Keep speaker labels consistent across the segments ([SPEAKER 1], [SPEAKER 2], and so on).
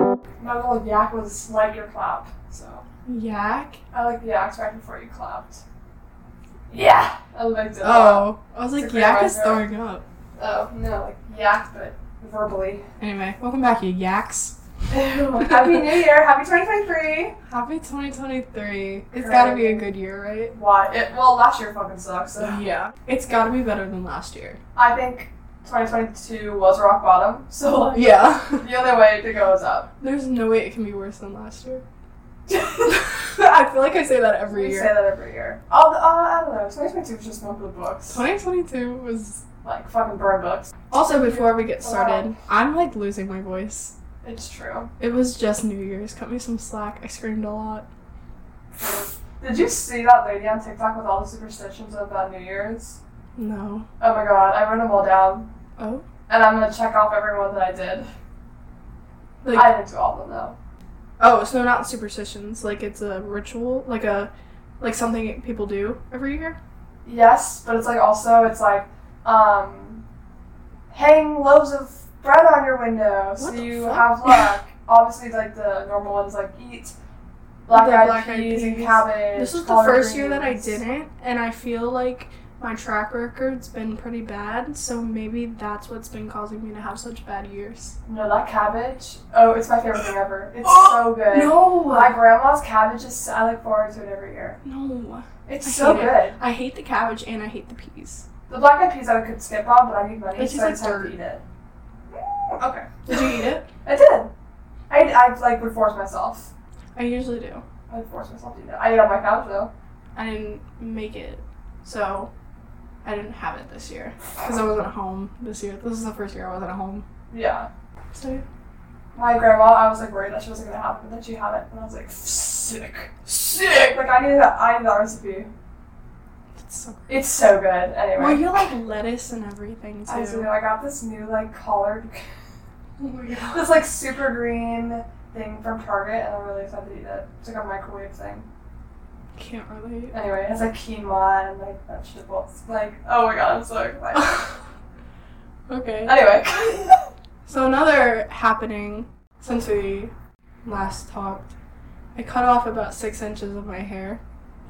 [SPEAKER 1] level of yak was like your clap. So
[SPEAKER 2] Yak?
[SPEAKER 1] I like the yaks right before you clapped. Yeah, I liked it. a lot.
[SPEAKER 2] Oh. I was
[SPEAKER 1] It's
[SPEAKER 2] like,
[SPEAKER 1] a great
[SPEAKER 2] yak is
[SPEAKER 1] idea.
[SPEAKER 2] throwing up.
[SPEAKER 1] Oh no, like yak, but verbally.
[SPEAKER 2] Anyway, welcome back, you yaks.
[SPEAKER 1] Happy New Year! Happy 2023.
[SPEAKER 2] Happy 2023. It's gotta be a good year, right?
[SPEAKER 1] Why? It, well, last year fucking sucks. So.
[SPEAKER 2] Yeah. It's gotta be better than last year.
[SPEAKER 1] I think 2022 was rock bottom. So like,
[SPEAKER 2] Yeah.
[SPEAKER 1] the only way to go is up.
[SPEAKER 2] There's no way it can be worse than last year.
[SPEAKER 1] we
[SPEAKER 2] I feel like I say that every
[SPEAKER 1] say
[SPEAKER 2] year.
[SPEAKER 1] that every year. Oh, the- uh, I don't know. 2022 was just one for the books.
[SPEAKER 2] 2022 was.
[SPEAKER 1] Like fucking burn books.
[SPEAKER 2] Also, before we get started, I'm like losing my voice.
[SPEAKER 1] It's true.
[SPEAKER 2] It was just New Year's. Cut me some slack. I screamed a lot.
[SPEAKER 1] Did you see that lady on TikTok with all the superstitions of uh, New Year's?
[SPEAKER 2] No.
[SPEAKER 1] Oh my god, I wrote them all down.
[SPEAKER 2] Oh?
[SPEAKER 1] And I'm gonna check off everyone that I did.
[SPEAKER 2] Like,
[SPEAKER 1] I didn't do all of them though.
[SPEAKER 2] oh, so not superstitions. Like, it's a ritual. Like, a. Like, something people do every year?
[SPEAKER 1] Yes, but it's like also it's like, um, hang loaves of bread on your window so
[SPEAKER 2] What the
[SPEAKER 1] you
[SPEAKER 2] fuck?
[SPEAKER 1] have luck. Obviously, like the normal ones like eat black
[SPEAKER 2] The
[SPEAKER 1] eyed
[SPEAKER 2] black-eyed
[SPEAKER 1] peas, and
[SPEAKER 2] peas.
[SPEAKER 1] cabbage.
[SPEAKER 2] This was the
[SPEAKER 1] collard
[SPEAKER 2] first year that I
[SPEAKER 1] greens.
[SPEAKER 2] didn't, and I feel like my track record's been pretty bad, so maybe that's what's been causing me to have such bad years.
[SPEAKER 1] No, that cabbage. Oh, it's my favorite thing ever. It's so good.
[SPEAKER 2] No!
[SPEAKER 1] My grandma's cabbage is. I look forward to it every year.
[SPEAKER 2] no.
[SPEAKER 1] It's
[SPEAKER 2] I
[SPEAKER 1] so
[SPEAKER 2] hate
[SPEAKER 1] good.
[SPEAKER 2] it. I hate the cabbage and I hate the peas.
[SPEAKER 1] The black eyed peas I could skip on, but I need money,
[SPEAKER 2] It
[SPEAKER 1] so
[SPEAKER 2] tastes
[SPEAKER 1] I just
[SPEAKER 2] like
[SPEAKER 1] have to
[SPEAKER 2] dirt.
[SPEAKER 1] eat it. Mm, Okay.
[SPEAKER 2] Did you eat it?
[SPEAKER 1] I did. I, I like would force myself.
[SPEAKER 2] I usually do.
[SPEAKER 1] I would force myself to eat it. I ate on my couch though.
[SPEAKER 2] I didn't make it, so I didn't have it this year because I wasn't home this year. This is the first year I wasn't home.
[SPEAKER 1] Yeah.
[SPEAKER 2] So
[SPEAKER 1] My grandma, I was like worried that she wasn't gonna have it, but then she had it, and I was like, sick, sick. Like I knew that I knew that recipe.
[SPEAKER 2] it's so.
[SPEAKER 1] It's so good. Anyway.
[SPEAKER 2] Well, you like lettuce and everything too.
[SPEAKER 1] I was like, I got this new like collard,
[SPEAKER 2] oh my god.
[SPEAKER 1] this like super green thing from Target, and I'm really excited to eat it. It's like a microwave thing.
[SPEAKER 2] Can't relate.
[SPEAKER 1] Anyway, it has like quinoa and like vegetables. Like, oh my god, I'm so excited.
[SPEAKER 2] okay.
[SPEAKER 1] anyway.
[SPEAKER 2] Uh, So another happening since we last talked, I cut off about six inches of my hair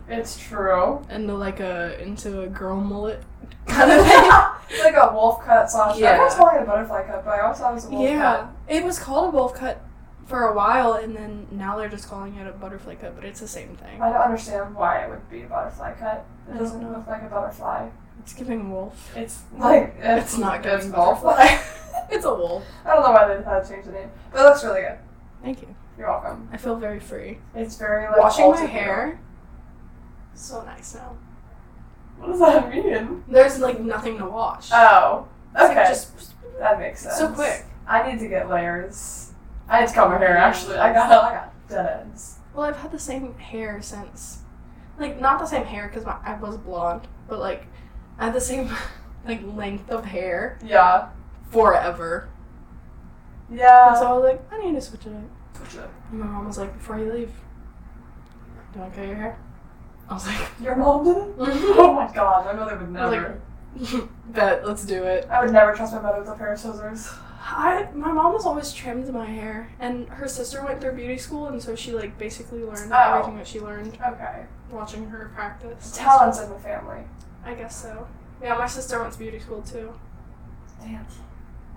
[SPEAKER 1] it's true.
[SPEAKER 2] into like a into a girl mullet kind of thing.
[SPEAKER 1] it's like a wolf cut slash.
[SPEAKER 2] Yeah.
[SPEAKER 1] I was calling it a butterfly cut, but I always thought it was a wolf cut.
[SPEAKER 2] Yeah, it was called a wolf cut for a while, and then now they're just calling it a butterfly cut, but it's the same thing.
[SPEAKER 1] I don't understand why it would be a butterfly cut. It
[SPEAKER 2] I
[SPEAKER 1] doesn't
[SPEAKER 2] don't know.
[SPEAKER 1] look like a butterfly.
[SPEAKER 2] It's giving wolf.
[SPEAKER 1] It's like it's,
[SPEAKER 2] It's not
[SPEAKER 1] it's
[SPEAKER 2] giving
[SPEAKER 1] butterfly.
[SPEAKER 2] It's a wolf.
[SPEAKER 1] I don't know why they had to change the name, but it looks really good.
[SPEAKER 2] Thank you.
[SPEAKER 1] You're welcome.
[SPEAKER 2] I feel very free.
[SPEAKER 1] It's very like
[SPEAKER 2] Washing my
[SPEAKER 1] alter-
[SPEAKER 2] hair. So nice now.
[SPEAKER 1] What does that mean?
[SPEAKER 2] There's like nothing to wash.
[SPEAKER 1] Oh,
[SPEAKER 2] It's,
[SPEAKER 1] okay,
[SPEAKER 2] like, just
[SPEAKER 1] that makes sense.
[SPEAKER 2] so quick.
[SPEAKER 1] I need to get layers. I need to comb my hair. Actually, I got I got dead ends.
[SPEAKER 2] Well, I've had the same hair since, like not the same hair because I was blonde, but like I had the same like length of hair
[SPEAKER 1] Yeah,
[SPEAKER 2] forever. And so
[SPEAKER 1] yeah.
[SPEAKER 2] I was like, I need to switch it up.
[SPEAKER 1] Gotcha.
[SPEAKER 2] And my mom was like, before you leave, don't cut your hair. I was like,
[SPEAKER 1] Your mom did it? Oh my god, my mother would
[SPEAKER 2] I was
[SPEAKER 1] never.
[SPEAKER 2] bet, let's do it.
[SPEAKER 1] I would never trust my mother with a pair of scissors.
[SPEAKER 2] I, my mom was always trimmed my hair, and her sister went through beauty school, and so she like basically learned
[SPEAKER 1] Oh.
[SPEAKER 2] everything that she learned
[SPEAKER 1] Okay.
[SPEAKER 2] watching her practice.
[SPEAKER 1] Talents in the family.
[SPEAKER 2] I guess so. Yeah, my sister went to beauty school too.
[SPEAKER 1] Damn.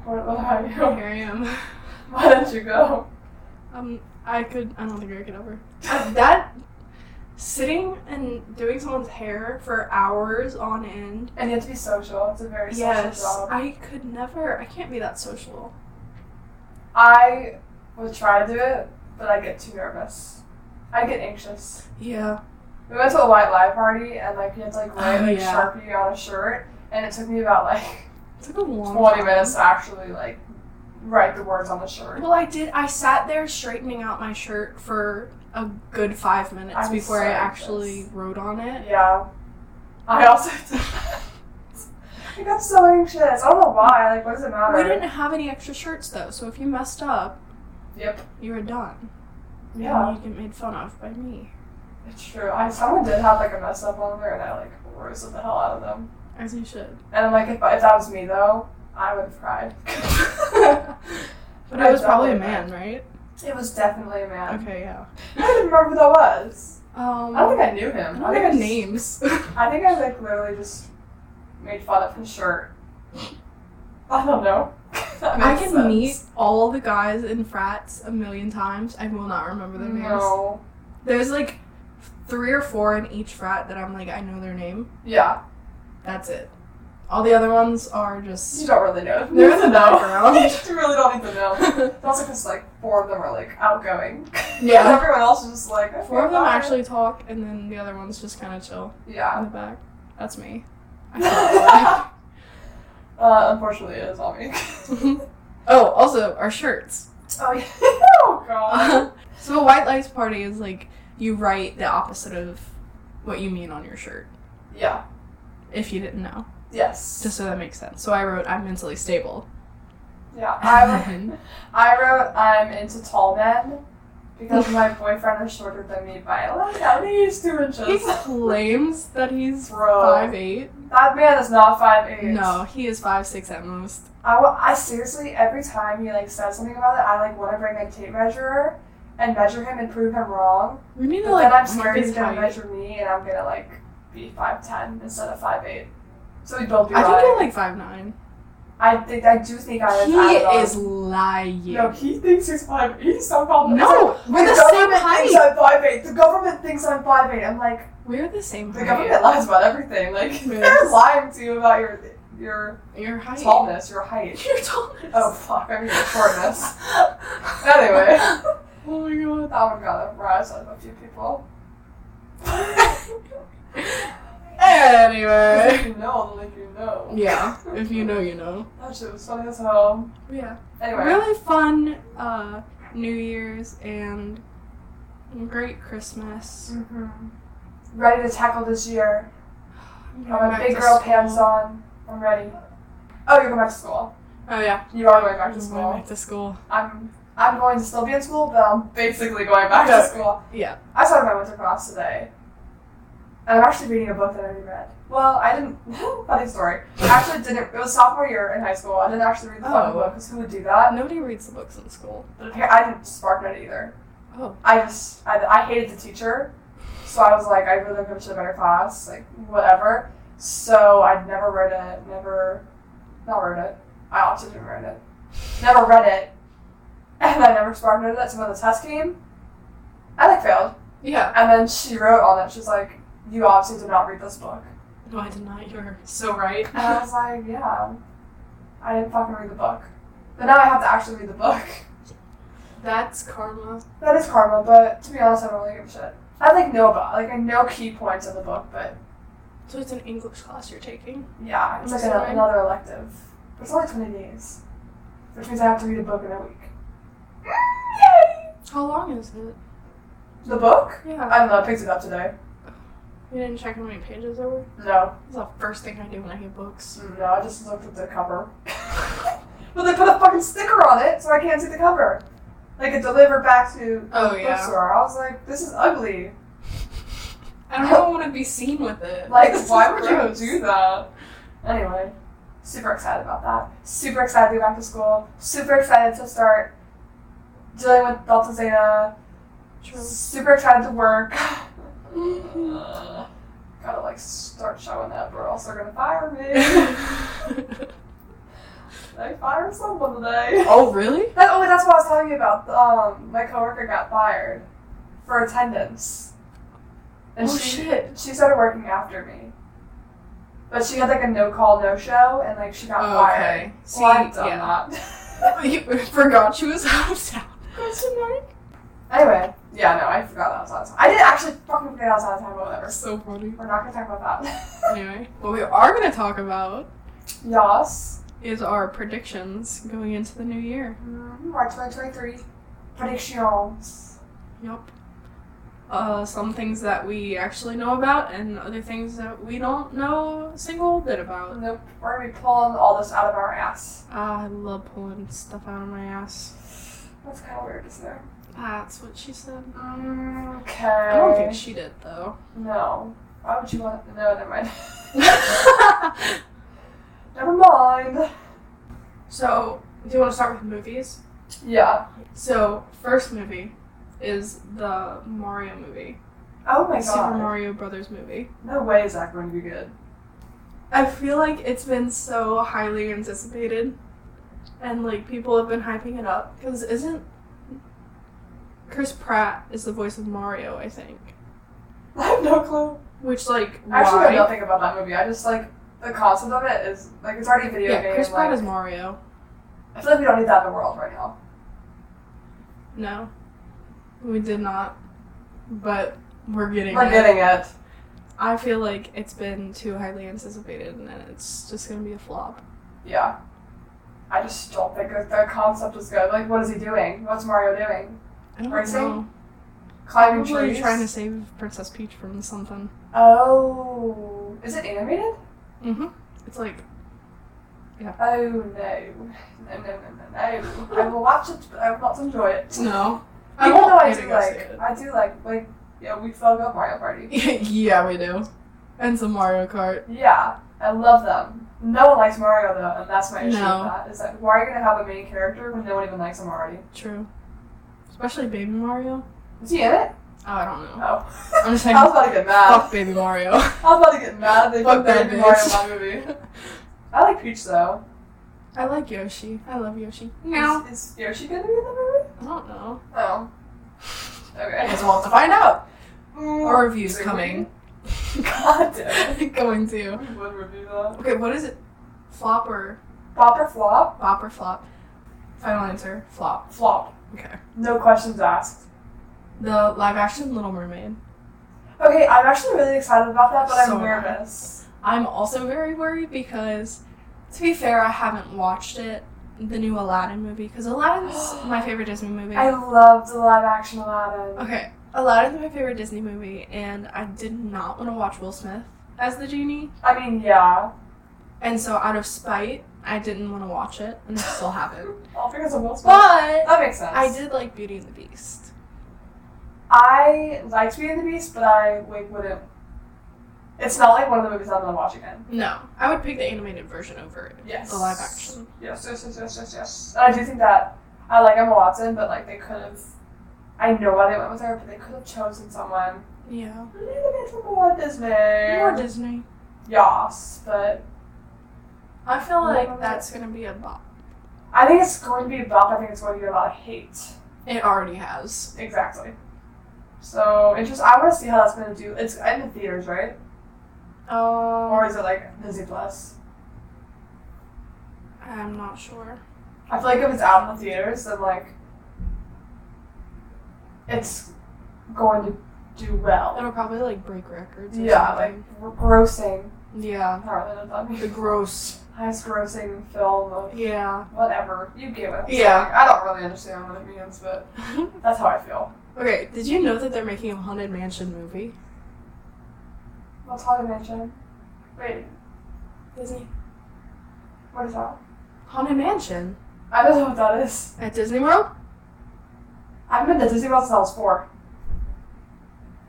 [SPEAKER 1] What about you?
[SPEAKER 2] Here I am.
[SPEAKER 1] Why don't you go?
[SPEAKER 2] Um, I could. I don't think I could ever. Uh, that sitting and doing someone's hair for hours on end
[SPEAKER 1] And you have to be social. It's a very social
[SPEAKER 2] Yes,
[SPEAKER 1] job.
[SPEAKER 2] I could never. I can't be that social.
[SPEAKER 1] I would try to do it, but I get too nervous. I get anxious.
[SPEAKER 2] Yeah.
[SPEAKER 1] We went to a white lie party and like you had to like write
[SPEAKER 2] Oh,
[SPEAKER 1] like
[SPEAKER 2] yeah.
[SPEAKER 1] sharpie on a shirt, and it took me about like
[SPEAKER 2] It took a long
[SPEAKER 1] twenty
[SPEAKER 2] time.
[SPEAKER 1] minutes to actually like write the words on the shirt.
[SPEAKER 2] Well, I did. I sat there straightening out my shirt for a good five minutes
[SPEAKER 1] I'm
[SPEAKER 2] before
[SPEAKER 1] so
[SPEAKER 2] I
[SPEAKER 1] nervous.
[SPEAKER 2] actually wrote on it.
[SPEAKER 1] Yeah. I also. I got so anxious. I don't know why. Like, what does it matter?
[SPEAKER 2] We didn't have any extra shirts though, so if you messed up,
[SPEAKER 1] Yep.
[SPEAKER 2] you were done.
[SPEAKER 1] Yeah.
[SPEAKER 2] And you get made fun of by me.
[SPEAKER 1] It's true. I someone did have like a mess up on there, and I like roasted the hell out of them.
[SPEAKER 2] As you should.
[SPEAKER 1] And I'm like, if, if that was me though, I would have cried.
[SPEAKER 2] but I was probably a man, right?
[SPEAKER 1] It was definitely a man.
[SPEAKER 2] Okay, yeah.
[SPEAKER 1] I don't even remember who that was.
[SPEAKER 2] Um,
[SPEAKER 1] Um, I don't think I knew him.
[SPEAKER 2] I don't
[SPEAKER 1] think I
[SPEAKER 2] even
[SPEAKER 1] just-
[SPEAKER 2] names.
[SPEAKER 1] I think I like literally just made fun of his shirt. I don't know. That
[SPEAKER 2] I
[SPEAKER 1] makes
[SPEAKER 2] can
[SPEAKER 1] sense.
[SPEAKER 2] meet all the guys in frats a million times. I will not remember their names.
[SPEAKER 1] No.
[SPEAKER 2] There's like three or four in each frat that I'm like, I know their name.
[SPEAKER 1] Yeah,
[SPEAKER 2] That's it. All the other ones are
[SPEAKER 1] you
[SPEAKER 2] just.
[SPEAKER 1] don't really know.
[SPEAKER 2] They're in the
[SPEAKER 1] You don't know.
[SPEAKER 2] background.
[SPEAKER 1] you really don't even know. It's also because like four of them are like outgoing.
[SPEAKER 2] Yeah.
[SPEAKER 1] everyone else is just like okay,
[SPEAKER 2] Four of them
[SPEAKER 1] bye.
[SPEAKER 2] actually talk, and then the other ones just kind of chill in
[SPEAKER 1] Yeah.
[SPEAKER 2] the back. That's me. I can't
[SPEAKER 1] Uh, unfortunately, it is all me.
[SPEAKER 2] lie. oh, also our shirts.
[SPEAKER 1] oh yeah. Oh god.
[SPEAKER 2] so a white lies party is like you write the opposite of what you mean on your shirt.
[SPEAKER 1] yeah.
[SPEAKER 2] If you didn't know,
[SPEAKER 1] Yes.
[SPEAKER 2] just so that makes sense. So I wrote, "I'm mentally stable."
[SPEAKER 1] yeah. I I wrote I'm into tall men because my boyfriend is shorter than me by like at least two
[SPEAKER 2] he
[SPEAKER 1] inches.
[SPEAKER 2] claims that he's
[SPEAKER 1] Bro.
[SPEAKER 2] five eight.
[SPEAKER 1] That man is not five eight.
[SPEAKER 2] No, he is five six at most.
[SPEAKER 1] I, wa- I seriously every time he like says something about it, I like want to bring a tape measure and measure him and prove him wrong.
[SPEAKER 2] We need
[SPEAKER 1] But
[SPEAKER 2] to like
[SPEAKER 1] then I'm
[SPEAKER 2] mark
[SPEAKER 1] scared
[SPEAKER 2] his
[SPEAKER 1] he's gonna
[SPEAKER 2] height.
[SPEAKER 1] measure me and I'm gonna like be five ten instead of five eight. So we both be
[SPEAKER 2] I think
[SPEAKER 1] lying.
[SPEAKER 2] you're like five nine.
[SPEAKER 1] I think I do think I am.
[SPEAKER 2] He is lying.
[SPEAKER 1] No, he thinks he's five eight. Somehow
[SPEAKER 2] No, we're the same
[SPEAKER 1] government thinks
[SPEAKER 2] height.
[SPEAKER 1] I'm five eight. The government thinks I'm five eight. I'm like.
[SPEAKER 2] We're the same
[SPEAKER 1] The
[SPEAKER 2] height.
[SPEAKER 1] government lies about everything. Like
[SPEAKER 2] Yeah.
[SPEAKER 1] they're lying to you about your your
[SPEAKER 2] Your height.
[SPEAKER 1] tallness, your height.
[SPEAKER 2] Your tallness.
[SPEAKER 1] Oh fuck, I'm your shortness. anyway, that
[SPEAKER 2] Oh my god.
[SPEAKER 1] one got a rise out of a few people. if
[SPEAKER 2] Anyway.
[SPEAKER 1] you know, then if you know.
[SPEAKER 2] Yeah. If you know, you know.
[SPEAKER 1] That shit was funny as hell.
[SPEAKER 2] Yeah.
[SPEAKER 1] Anyway,
[SPEAKER 2] Really fun uh, New Year's and great Christmas.
[SPEAKER 1] hmm ready to tackle this year.
[SPEAKER 2] I'm
[SPEAKER 1] I
[SPEAKER 2] going
[SPEAKER 1] have
[SPEAKER 2] back
[SPEAKER 1] my big
[SPEAKER 2] to
[SPEAKER 1] girl
[SPEAKER 2] school.
[SPEAKER 1] pants on. I'm ready. Oh, you're going back to school.
[SPEAKER 2] Oh yeah.
[SPEAKER 1] You are going back
[SPEAKER 2] I'm
[SPEAKER 1] to
[SPEAKER 2] Going
[SPEAKER 1] school.
[SPEAKER 2] back to school.
[SPEAKER 1] I'm I'm going to still be in school, but I'm basically going back
[SPEAKER 2] Yeah.
[SPEAKER 1] to school.
[SPEAKER 2] Yeah.
[SPEAKER 1] I started my winter class today. And I'm actually reading a book that I already read. Well, I didn't. funny story. I actually didn't. It was sophomore year in high school. I didn't actually read the fucking
[SPEAKER 2] Oh.
[SPEAKER 1] book because who would do that?
[SPEAKER 2] Nobody reads the books in school.
[SPEAKER 1] But apparently, I didn't spark note either.
[SPEAKER 2] Oh.
[SPEAKER 1] I just. I, I hated the teacher. So I was like, I really wish a better class. Like, whatever. So I never read it. Never. Not read it. I also didn't read it. Never read it. And I never spark noted it. So when the test came, I like failed.
[SPEAKER 2] Yeah.
[SPEAKER 1] And then she wrote on it, she's like, You obviously did not read this book.
[SPEAKER 2] No, I did not. You're so right.
[SPEAKER 1] And I was like, Yeah, I didn't fucking read the book. But now I have to actually read the book.
[SPEAKER 2] That's karma.
[SPEAKER 1] That is karma, but to be honest, I don't really give a shit. I like know about, like, I know key points of the book, but
[SPEAKER 2] So it's an English class you're taking.
[SPEAKER 1] yeah, it's like an,
[SPEAKER 2] Sorry.
[SPEAKER 1] another elective. But it's only 20 days, which means I have to read a book in a week. Yay!
[SPEAKER 2] How long is it?
[SPEAKER 1] The book?
[SPEAKER 2] Yeah.
[SPEAKER 1] I don't know, I picked it up today.
[SPEAKER 2] You didn't check how many pages there were?
[SPEAKER 1] No,
[SPEAKER 2] That's the first thing I do when I get books.
[SPEAKER 1] no, I just looked at the cover. Well, they put a fucking sticker on it, so I can't see the cover. Like it delivered back to
[SPEAKER 2] Oh,
[SPEAKER 1] the
[SPEAKER 2] yeah.
[SPEAKER 1] bookstore. I was like, this is ugly.
[SPEAKER 2] I don't even want to be seen with it.
[SPEAKER 1] Like,
[SPEAKER 2] This is
[SPEAKER 1] why would you
[SPEAKER 2] gross.
[SPEAKER 1] do that? Anyway, super excited about that. Super excited to be back to school. Super excited to start dealing with Delta Zeta. Super excited to work.
[SPEAKER 2] True.
[SPEAKER 1] Uh, gotta like start showing up, or else they're gonna fire me.
[SPEAKER 2] oh,
[SPEAKER 1] they fire someone today.
[SPEAKER 2] really?
[SPEAKER 1] That, oh, that's what I was talking about. Um, my coworker got fired for attendance.
[SPEAKER 2] Oh,
[SPEAKER 1] she,
[SPEAKER 2] shit.
[SPEAKER 1] She started working after me. But she had like a no call, no show, and like she got
[SPEAKER 2] Oh,
[SPEAKER 1] fired.
[SPEAKER 2] okay. See,
[SPEAKER 1] well, I've done
[SPEAKER 2] yeah.
[SPEAKER 1] that.
[SPEAKER 2] You forgot she was out of town. Question mark?
[SPEAKER 1] anyway, yeah, no, I forgot that was out of time. I didn't actually fucking forget that was out of time, but whatever.
[SPEAKER 2] So funny.
[SPEAKER 1] We're not gonna talk about that.
[SPEAKER 2] Anyway, what we are going to talk about
[SPEAKER 1] Yas.
[SPEAKER 2] is our predictions going into the new year.
[SPEAKER 1] Mm, March 2023. Predictions.
[SPEAKER 2] Yup. Uh, some things that we actually know about, and other things that we don't know a single bit about.
[SPEAKER 1] Nope. We're gonna be pulling all this out of our ass.
[SPEAKER 2] Ah, I love pulling stuff out of my ass.
[SPEAKER 1] That's kind of weird, isn't it?
[SPEAKER 2] That's what she said.
[SPEAKER 1] Okay.
[SPEAKER 2] I don't think she did though.
[SPEAKER 1] No. Why would you want to know? Never mind.
[SPEAKER 2] so,
[SPEAKER 1] Never mind.
[SPEAKER 2] do you want to start with movies?
[SPEAKER 1] Yeah.
[SPEAKER 2] So first movie is the Mario movie,
[SPEAKER 1] Oh my
[SPEAKER 2] Super
[SPEAKER 1] god.
[SPEAKER 2] Mario Brothers movie.
[SPEAKER 1] No way is that going to be good.
[SPEAKER 2] I feel like it's been so highly anticipated, and like people have been hyping it up because isn't Chris Pratt is the voice of Mario, I think.
[SPEAKER 1] I have no clue.
[SPEAKER 2] Which like
[SPEAKER 1] I actually know
[SPEAKER 2] why?
[SPEAKER 1] nothing about that movie. I just like the concept of it is like it's already a video
[SPEAKER 2] yeah,
[SPEAKER 1] game.
[SPEAKER 2] Chris Pratt
[SPEAKER 1] like,
[SPEAKER 2] is Mario.
[SPEAKER 1] I feel like we don't need that in the world right now.
[SPEAKER 2] No, we did not, but we're getting.
[SPEAKER 1] We're
[SPEAKER 2] it.
[SPEAKER 1] getting it.
[SPEAKER 2] I feel like it's been too highly anticipated, and then it's just gonna be a flop.
[SPEAKER 1] Yeah. I just don't think that the concept is good. Like, what is he doing? What's Mario doing?
[SPEAKER 2] I don't
[SPEAKER 1] Racing?
[SPEAKER 2] know.
[SPEAKER 1] Climbing
[SPEAKER 2] Probably
[SPEAKER 1] trees?
[SPEAKER 2] trying to save Princess Peach from something.
[SPEAKER 1] Oh, is it animated?
[SPEAKER 2] Mm-hmm. It's like
[SPEAKER 1] Oh no, no, no, no, no, no! I will watch it, but I will not enjoy it.
[SPEAKER 2] no.
[SPEAKER 1] Even though I
[SPEAKER 2] pay to
[SPEAKER 1] do
[SPEAKER 2] go see
[SPEAKER 1] like, I do like, like, yeah, we still go Mario Party.
[SPEAKER 2] it. yeah, we do. And some Mario Kart.
[SPEAKER 1] Yeah, I love them. No one likes Mario though, and that's my issue
[SPEAKER 2] No.
[SPEAKER 1] with that. Is that why are you gonna have a main character when no one even likes him already?
[SPEAKER 2] True. Especially Baby Mario.
[SPEAKER 1] Is he in it?
[SPEAKER 2] Oh, I don't know.
[SPEAKER 1] No.
[SPEAKER 2] I'm just
[SPEAKER 1] I
[SPEAKER 2] saying.
[SPEAKER 1] was about to get
[SPEAKER 2] Fuck
[SPEAKER 1] mad.
[SPEAKER 2] Baby Mario.
[SPEAKER 1] I was about to get mad if they
[SPEAKER 2] Fuck
[SPEAKER 1] put that
[SPEAKER 2] that
[SPEAKER 1] in Mario in
[SPEAKER 2] bitch.
[SPEAKER 1] my movie. I like Peach though.
[SPEAKER 2] I like Yoshi. I love Yoshi.
[SPEAKER 1] Is, is Yoshi gonna be in the movie?
[SPEAKER 2] I don't know.
[SPEAKER 1] Oh. Okay.
[SPEAKER 2] I guess we'll have to find out.
[SPEAKER 1] Mm.
[SPEAKER 2] Our review's
[SPEAKER 1] Wait,
[SPEAKER 2] coming.
[SPEAKER 1] God damn.
[SPEAKER 2] Going to.
[SPEAKER 1] We would review that.
[SPEAKER 2] Okay, what is it? Flop or
[SPEAKER 1] Pop or flop?
[SPEAKER 2] bop or flop? Final answer. Flop.
[SPEAKER 1] Flop.
[SPEAKER 2] Okay.
[SPEAKER 1] No questions asked.
[SPEAKER 2] The live action Little Mermaid.
[SPEAKER 1] Okay, I'm actually really excited about that, but I'm
[SPEAKER 2] So am I.
[SPEAKER 1] nervous.
[SPEAKER 2] I'm also very worried because, to be fair, I haven't watched it, the new Aladdin movie, because Aladdin's my favorite Disney movie.
[SPEAKER 1] I loved the live action Aladdin.
[SPEAKER 2] okay, Aladdin's my favorite Disney movie, and I did not want to watch Will Smith as the genie,
[SPEAKER 1] I mean, yeah.
[SPEAKER 2] and so out of spite, I didn't want to watch it, and I still haven't.
[SPEAKER 1] All because of Will Smith.
[SPEAKER 2] But
[SPEAKER 1] that makes sense.
[SPEAKER 2] I did like Beauty and the Beast.
[SPEAKER 1] I liked Beauty and the Beast, but I like wouldn't. It's not like one of the movies I'm gonna watch again.
[SPEAKER 2] No, I would pick the animated version over
[SPEAKER 1] Yes.
[SPEAKER 2] the live action.
[SPEAKER 1] Yes, yes, yes, yes, yes, yes. And I do think that I like Emma Watson, but like they could have. I know why they went with her, but they could have chosen someone
[SPEAKER 2] Yeah,
[SPEAKER 1] a little bit more
[SPEAKER 2] more
[SPEAKER 1] Disney.
[SPEAKER 2] Disney.
[SPEAKER 1] Yas, but
[SPEAKER 2] I feel
[SPEAKER 1] More-
[SPEAKER 2] like that's gonna be a bop.
[SPEAKER 1] I think it's going to be a bop. I think it's going to get a lot of hate.
[SPEAKER 2] It already has.
[SPEAKER 1] Exactly. So it's just I want to see how that's going to do. It's in the theaters, right?
[SPEAKER 2] Oh,
[SPEAKER 1] Or is it like Disney Plus?
[SPEAKER 2] I'm not sure.
[SPEAKER 1] I feel like if it's out in the theaters, then like it's going to do well.
[SPEAKER 2] It'll probably like break records. Or
[SPEAKER 1] Yeah, like
[SPEAKER 2] something.
[SPEAKER 1] we're grossing.
[SPEAKER 2] yeah,
[SPEAKER 1] I don't really know what that
[SPEAKER 2] the
[SPEAKER 1] means.
[SPEAKER 2] gross.
[SPEAKER 1] Highest grossing film of
[SPEAKER 2] Yeah.
[SPEAKER 1] whatever. You get what I'm
[SPEAKER 2] Yeah.
[SPEAKER 1] saying. I don't really understand what it means, but that's how I feel.
[SPEAKER 2] okay, did you know that they're making a haunted mansion movie?
[SPEAKER 1] What's Haunted Mansion? Wait,
[SPEAKER 2] Disney
[SPEAKER 1] what is that?
[SPEAKER 2] haunted mansion
[SPEAKER 1] I don't know what that is.
[SPEAKER 2] at Disney World?
[SPEAKER 1] I've been to Disney World since I was four.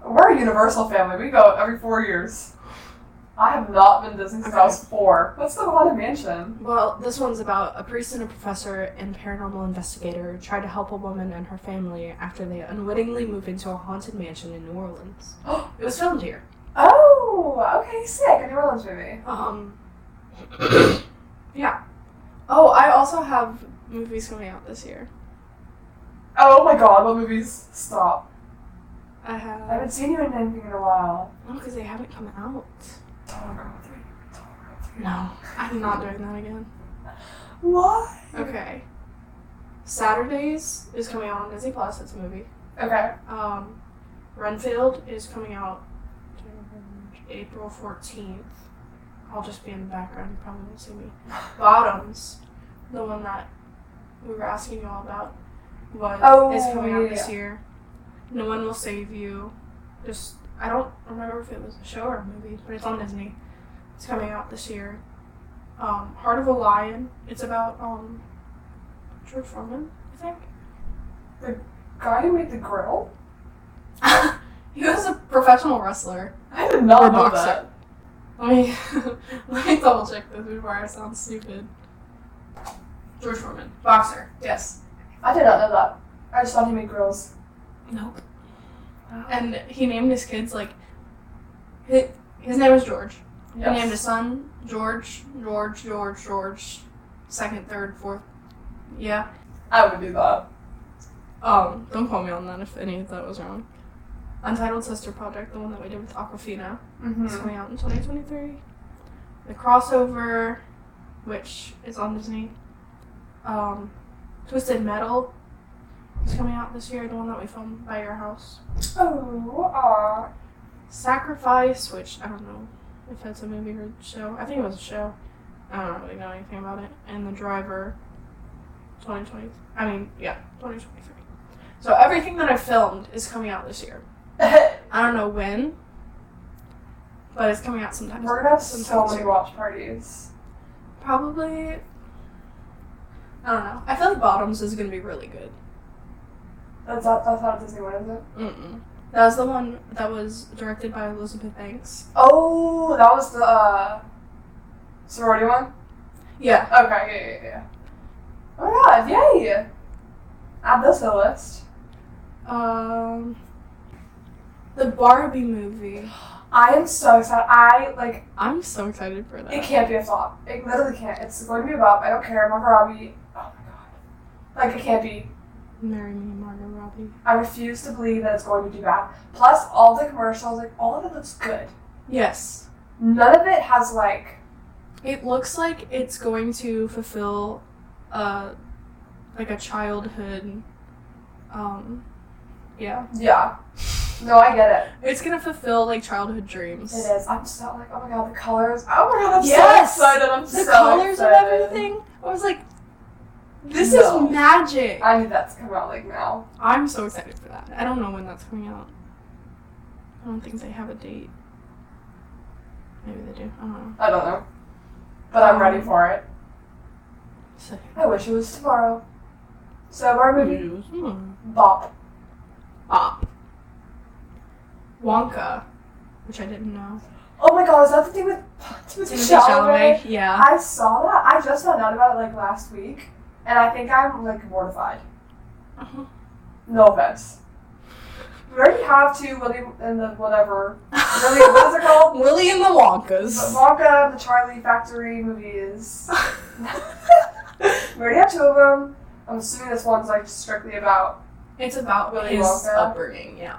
[SPEAKER 1] We're a Universal family. We go every four years. I have not been to Disney since I was four. What's the Haunted Mansion?
[SPEAKER 2] Well, this one's about a priest and a professor and paranormal investigator try to help a woman and her family after they unwittingly move into a haunted mansion in New Orleans. It was filmed here.
[SPEAKER 1] Oh, okay, sick. A New Orleans movie.
[SPEAKER 2] Um. yeah. Oh, I also have movies coming out this year.
[SPEAKER 1] Oh my god, what movies? Stop.
[SPEAKER 2] I
[SPEAKER 1] I
[SPEAKER 2] have.
[SPEAKER 1] haven't seen you in anything in a while.
[SPEAKER 2] No, because they haven't come out.
[SPEAKER 1] Total Girl 3. Total Girl 3.
[SPEAKER 2] No, I'm not doing that again.
[SPEAKER 1] What?
[SPEAKER 2] Okay. Saturdays is coming out on Disney Plus. It's a movie.
[SPEAKER 1] Okay.
[SPEAKER 2] Um, Renfield is coming out April 14th. I'll just be in the background. You probably won't see me. Bottoms, the one that we were asking you all about, was
[SPEAKER 1] Oh,
[SPEAKER 2] is coming out this
[SPEAKER 1] yeah.
[SPEAKER 2] year. No one will save you. Just I don't remember if it was a show or a movie, but it's on Disney. It's coming out this year. Um, Heart of a Lion. It's about um, George Foreman, I think.
[SPEAKER 1] Guy who made the grill?
[SPEAKER 2] he was a professional wrestler.
[SPEAKER 1] I did not
[SPEAKER 2] Or
[SPEAKER 1] know
[SPEAKER 2] boxer.
[SPEAKER 1] that.
[SPEAKER 2] Let me let me double check this before I sound stupid. George Foreman, boxer. Yes.
[SPEAKER 1] I did not know that. I just thought he made girls.
[SPEAKER 2] Nope. And he named his kids like. His, his name was George. He named his son George, George, George, George, second, third, fourth. Yeah.
[SPEAKER 1] I would do that.
[SPEAKER 2] Um, don't quote me on that if any of that was wrong. Untitled Sister Project, the one that we did with Aquafina, is
[SPEAKER 1] Mm-hmm.
[SPEAKER 2] coming out in 2023. The crossover, which is on Disney. Um, Twisted Metal is coming out this year, the one that we filmed by your house.
[SPEAKER 1] Oh, aw.
[SPEAKER 2] Sacrifice, which I don't know if that's a movie or show. I think it was a show. I don't really know anything about it. And The Driver, 2020. I mean, yeah, 2023. So everything that I filmed is coming out this year. I don't know when, but it's coming out sometime.
[SPEAKER 1] We're gonna have so
[SPEAKER 2] sometime
[SPEAKER 1] many
[SPEAKER 2] soon.
[SPEAKER 1] watch parties.
[SPEAKER 2] Probably. I don't know. I feel like Bottoms is gonna be really good.
[SPEAKER 1] That's not, that's not a Disney one, is it?
[SPEAKER 2] Mm-mm. That was the one that was directed by Elizabeth Banks.
[SPEAKER 1] Oh, that was the uh, sorority one.
[SPEAKER 2] Yeah,
[SPEAKER 1] Okay, yeah, yeah, yeah. Oh my God, yay! Add this to the list.
[SPEAKER 2] Um, the Barbie movie.
[SPEAKER 1] I am so excited. I like
[SPEAKER 2] I'm so excited for
[SPEAKER 1] it.
[SPEAKER 2] that.
[SPEAKER 1] Can't be a flop. It literally can't. It's going to be a bop. I don't care. Margot Robbie. Oh my god. Like it can't be.
[SPEAKER 2] Marry me, Margot Robbie.
[SPEAKER 1] I refuse to believe that it's going to do bad. Plus, all the commercials, like all of it looks good.
[SPEAKER 2] Yes,
[SPEAKER 1] None of it has like
[SPEAKER 2] it looks like it's going to fulfill, uh, like a childhood. Um, yeah,
[SPEAKER 1] yeah. No, I get it.
[SPEAKER 2] it's gonna fulfill like childhood
[SPEAKER 1] It
[SPEAKER 2] dreams.
[SPEAKER 1] is. I'm so like, oh my god, the colors. Oh my god, I'm
[SPEAKER 2] Yes!
[SPEAKER 1] so excited. I'm
[SPEAKER 2] The
[SPEAKER 1] so
[SPEAKER 2] colors
[SPEAKER 1] excited.
[SPEAKER 2] of everything. I was like, this
[SPEAKER 1] No.
[SPEAKER 2] is magic.
[SPEAKER 1] I need that to come out like now.
[SPEAKER 2] I'm so excited for that. I don't know when that's coming out. I don't think they have a date. Maybe they do. I don't know.
[SPEAKER 1] I don't know. But I'm
[SPEAKER 2] Um,
[SPEAKER 1] ready for it.
[SPEAKER 2] So,
[SPEAKER 1] I wish it was tomorrow. So our movie
[SPEAKER 2] hmm.
[SPEAKER 1] Bop.
[SPEAKER 2] Bop. Wonka, which I didn't know.
[SPEAKER 1] Oh my god, is that the thing with Timothy
[SPEAKER 2] Timothée
[SPEAKER 1] Chalamet?
[SPEAKER 2] Yeah.
[SPEAKER 1] I saw that. I just found out about it like last week, and I think I'm like mortified. No offense. We already have two William and the whatever. Really, what's it called?
[SPEAKER 2] Willy and the
[SPEAKER 1] The
[SPEAKER 2] Wonkas.
[SPEAKER 1] Wonka, the Charlie Factory movies. We already have two of them. I'm assuming this one's like strictly about.
[SPEAKER 2] it's about
[SPEAKER 1] Willy
[SPEAKER 2] his
[SPEAKER 1] Wonka.
[SPEAKER 2] upbringing. Yeah.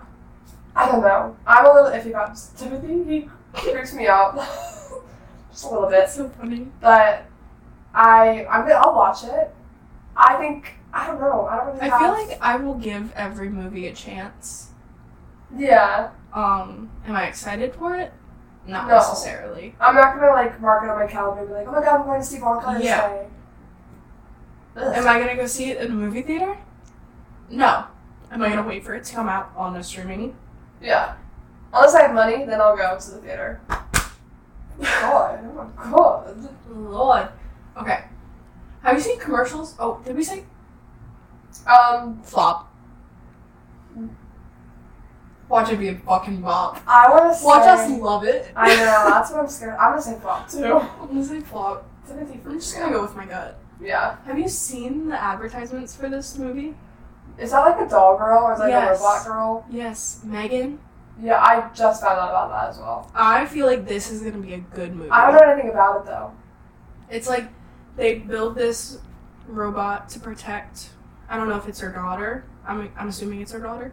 [SPEAKER 1] I don't know. I'm a little iffy about Timothy. He freaks me out. Just a little bit.
[SPEAKER 2] That's so funny.
[SPEAKER 1] But I, I'm gonna, I'll watch it. I think I don't know. I don't really.
[SPEAKER 2] I
[SPEAKER 1] have,
[SPEAKER 2] feel like I will give every movie a chance.
[SPEAKER 1] yeah.
[SPEAKER 2] Um, am I excited for it? Not
[SPEAKER 1] No.
[SPEAKER 2] necessarily.
[SPEAKER 1] I'm not gonna like mark it on my calendar and be like, oh my god, I'm going to see Wonka
[SPEAKER 2] Yeah.
[SPEAKER 1] today. Ugh.
[SPEAKER 2] Am I gonna go see it in a movie theater? No. Am I gonna wait for it to come out on a streaming?
[SPEAKER 1] Yeah. Unless I have money, then I'll go to the theater. God, oh my god.
[SPEAKER 2] Lord. Okay. Have you seen commercials? Oh, did we say
[SPEAKER 1] Um,
[SPEAKER 2] flop? Watch it be a fucking bop.
[SPEAKER 1] I want to say.
[SPEAKER 2] Watch us love it.
[SPEAKER 1] I know. That's what I'm scared. I'm gonna say flop too.
[SPEAKER 2] I'm gonna say flop.
[SPEAKER 1] Timothy
[SPEAKER 2] I'm
[SPEAKER 1] freaks
[SPEAKER 2] just
[SPEAKER 1] me
[SPEAKER 2] gonna
[SPEAKER 1] out.
[SPEAKER 2] go with my gut.
[SPEAKER 1] Yeah.
[SPEAKER 2] Have you seen the advertisements for this movie?
[SPEAKER 1] Is that like a doll girl or is that like
[SPEAKER 2] Yes.
[SPEAKER 1] a robot girl?
[SPEAKER 2] Yes, Megan.
[SPEAKER 1] Yeah, I just found out about that as well.
[SPEAKER 2] I feel like this is gonna be a good movie.
[SPEAKER 1] I don't know anything about it though.
[SPEAKER 2] It's like they build this robot to protect. I don't know if it's her daughter. I'm I'm assuming it's her daughter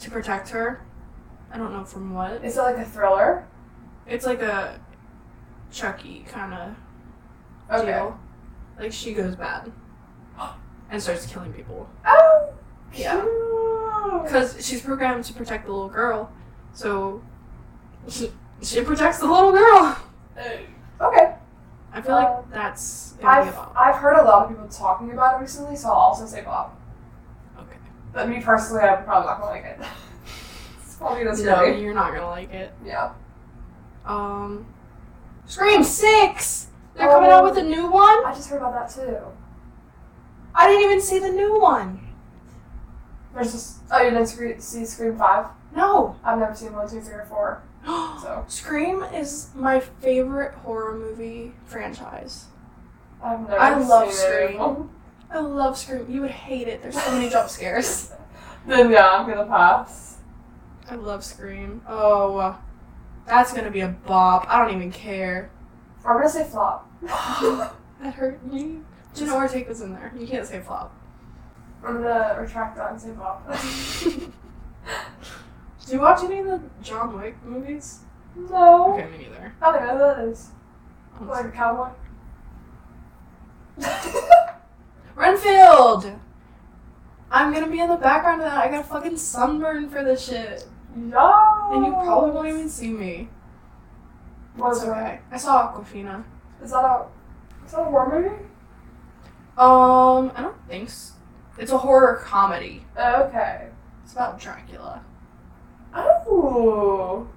[SPEAKER 2] to protect her. I don't know from what.
[SPEAKER 1] Is it like a thriller?
[SPEAKER 2] It's like a Chucky kind of
[SPEAKER 1] Okay.
[SPEAKER 2] deal. Like she goes bad and starts killing people
[SPEAKER 1] Oh.
[SPEAKER 2] Yeah.
[SPEAKER 1] cute.
[SPEAKER 2] because she's programmed to protect the little girl. So she, she protects the little girl.
[SPEAKER 1] Okay.
[SPEAKER 2] I feel like that's gonna
[SPEAKER 1] I've
[SPEAKER 2] be about.
[SPEAKER 1] I've heard a lot of people talking about it recently, so I'll also say Bob.
[SPEAKER 2] Okay.
[SPEAKER 1] But me personally, I'm probably not gonna like it. it's probably this
[SPEAKER 2] No,
[SPEAKER 1] movie.
[SPEAKER 2] you're not gonna like it.
[SPEAKER 1] Yeah.
[SPEAKER 2] Um, Scream Six. They're
[SPEAKER 1] Oh.
[SPEAKER 2] coming out with a new one.
[SPEAKER 1] I just heard about that too.
[SPEAKER 2] I didn't even see the new one.
[SPEAKER 1] There's just oh, you didn't scre- see Scream Five?
[SPEAKER 2] No.
[SPEAKER 1] I've never seen one, two, three, or four. So
[SPEAKER 2] Scream is my favorite horror movie franchise.
[SPEAKER 1] I've never.
[SPEAKER 2] I love
[SPEAKER 1] seen it.
[SPEAKER 2] Scream. I love Scream. You would hate it. There's so many jump scares.
[SPEAKER 1] Then yeah, I'm gonna pass.
[SPEAKER 2] I love Scream. Oh, uh, that's gonna be a bop. I don't even care.
[SPEAKER 1] I'm gonna say flop.
[SPEAKER 2] That hurt me. Jenna Ortega was in there. You can't say flop.
[SPEAKER 1] I'm gonna retract that and say flop.
[SPEAKER 2] Do you watch any of the John Wick movies?
[SPEAKER 1] no.
[SPEAKER 2] Okay, me neither.
[SPEAKER 1] I don't know what that is. Like a
[SPEAKER 2] Honestly.
[SPEAKER 1] cowboy.
[SPEAKER 2] Renfield! I'm gonna be in the background of that. I got a fucking sunburn for this shit.
[SPEAKER 1] no.
[SPEAKER 2] And you probably won't even see me.
[SPEAKER 1] Was
[SPEAKER 2] It's okay. I saw Aquafina.
[SPEAKER 1] Is that a? Is that a war movie?
[SPEAKER 2] Um, I don't think so. It's a horror comedy.
[SPEAKER 1] Okay.
[SPEAKER 2] It's about Dracula.
[SPEAKER 1] Oh.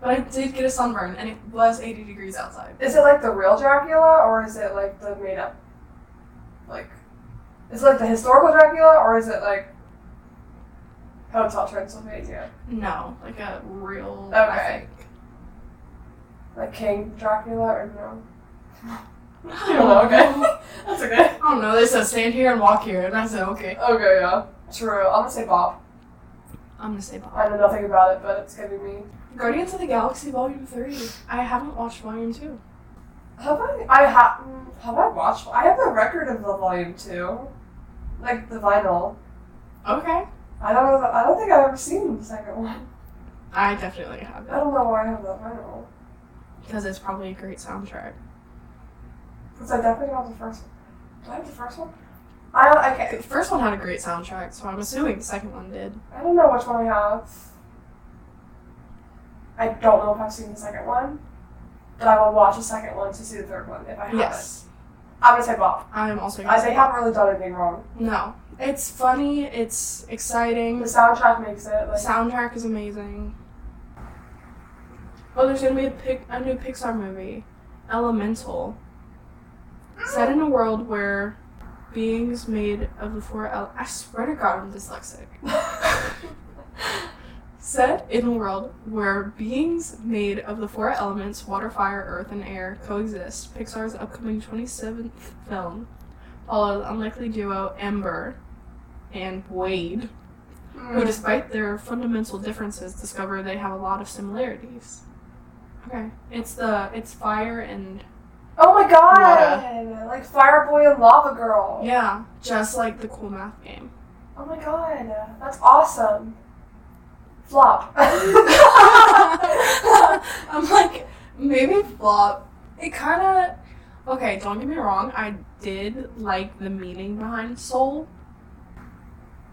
[SPEAKER 2] But I did get a sunburn and it was 80 degrees outside.
[SPEAKER 1] Is it like the real Dracula or is it like the made up? Like, is it like the historical Dracula or is it like Hotel Transylvania?
[SPEAKER 2] No, like a real.
[SPEAKER 1] Okay.
[SPEAKER 2] I
[SPEAKER 1] Like King Dracula or no?
[SPEAKER 2] think.
[SPEAKER 1] Oh, okay. That's okay.
[SPEAKER 2] I don't know. They said stand here and walk here, and I said okay.
[SPEAKER 1] Okay, yeah. True. I'm gonna say Bob.
[SPEAKER 2] I'm gonna say Bob.
[SPEAKER 1] I know nothing about it, but it's gonna be me.
[SPEAKER 2] Guardians of the Galaxy Volume Three. I haven't watched Volume Two.
[SPEAKER 1] Have I? I ha- mm, have I watched? I have a record of the volume two, like the vinyl.
[SPEAKER 2] Okay.
[SPEAKER 1] I don't know. I don't think I've ever seen the second one.
[SPEAKER 2] I definitely have
[SPEAKER 1] I
[SPEAKER 2] it
[SPEAKER 1] don't know why I have that vinyl.
[SPEAKER 2] because it's probably a great soundtrack.
[SPEAKER 1] Because I definitely got the first one. Did I have the first one? I don't, I,
[SPEAKER 2] The
[SPEAKER 1] can't,
[SPEAKER 2] first one had a great soundtrack, so I'm assuming the second one did.
[SPEAKER 1] I don't know which one I have. I don't know if I've seen the second one, but I will watch the second one to see the third one if I have
[SPEAKER 2] Yes.
[SPEAKER 1] it. I'm gonna say Bob.
[SPEAKER 2] I am also. Gonna
[SPEAKER 1] I,
[SPEAKER 2] say
[SPEAKER 1] they
[SPEAKER 2] Bob.
[SPEAKER 1] haven't really done anything wrong.
[SPEAKER 2] No. It's funny. It's
[SPEAKER 1] The
[SPEAKER 2] exciting. The
[SPEAKER 1] soundtrack makes it. Like,
[SPEAKER 2] soundtrack is amazing. Oh, there's gonna be a, pic- a new Pixar movie, Elemental. Set in a world where beings made of the four ele- I swear to God, I'm dyslexic.
[SPEAKER 1] Mm.
[SPEAKER 2] Set in a world where beings made of the four elements water, fire, earth, and air coexist. Pixar's upcoming 27th film follows the unlikely duo Ember and Wade, who,
[SPEAKER 1] Mm.
[SPEAKER 2] despite their fundamental differences, discover they have a lot of similarities. Okay, it's the it's fire and
[SPEAKER 1] Oh my god! Like Fireboy and Lava Girl.
[SPEAKER 2] yeah, just like the cool math game.
[SPEAKER 1] Oh my god, that's awesome. Flop.
[SPEAKER 2] I'm like, maybe flop. It kind of. Okay, don't get me wrong. I did like the meaning behind Soul.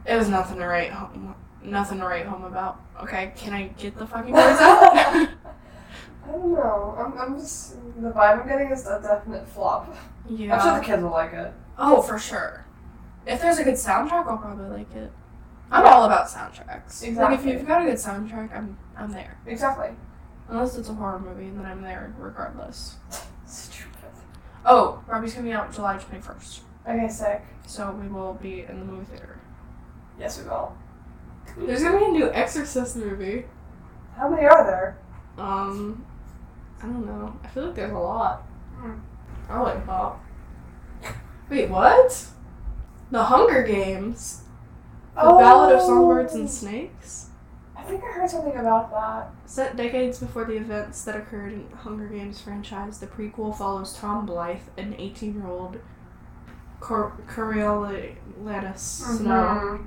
[SPEAKER 2] It was nothing to write home. Nothing to write home about. Okay, can I get the fucking words out?
[SPEAKER 1] I don't know. I'm, I'm just the vibe I'm getting is a definite flop. I'm sure
[SPEAKER 2] yeah.
[SPEAKER 1] the kids will like it.
[SPEAKER 2] Oh, for sure. If there's a good soundtrack, I'll probably like it. I'm all about soundtracks. Like if
[SPEAKER 1] Exactly.
[SPEAKER 2] you've got a good soundtrack, I'm I'm there.
[SPEAKER 1] Exactly.
[SPEAKER 2] Unless it's a horror movie, and then I'm there regardless.
[SPEAKER 1] Stupid.
[SPEAKER 2] Oh, Robbie's coming out July 21st.
[SPEAKER 1] Okay, sick.
[SPEAKER 2] So we will be in the movie theater.
[SPEAKER 1] Yes, we will.
[SPEAKER 2] There's gonna be a new Exorcist movie.
[SPEAKER 1] How many are there?
[SPEAKER 2] Um, I don't know. I feel like there's a lot.
[SPEAKER 1] Hmm.
[SPEAKER 2] I like Bob. Wait, what? The Hunger Games. The Ballad of Songbirds and Snakes.
[SPEAKER 1] Oh. I think I heard something about that.
[SPEAKER 2] Set decades before the events that occurred in the Hunger Games franchise, the prequel follows Tom Blythe, an 18-year-old Cor- Coriolanus Snow.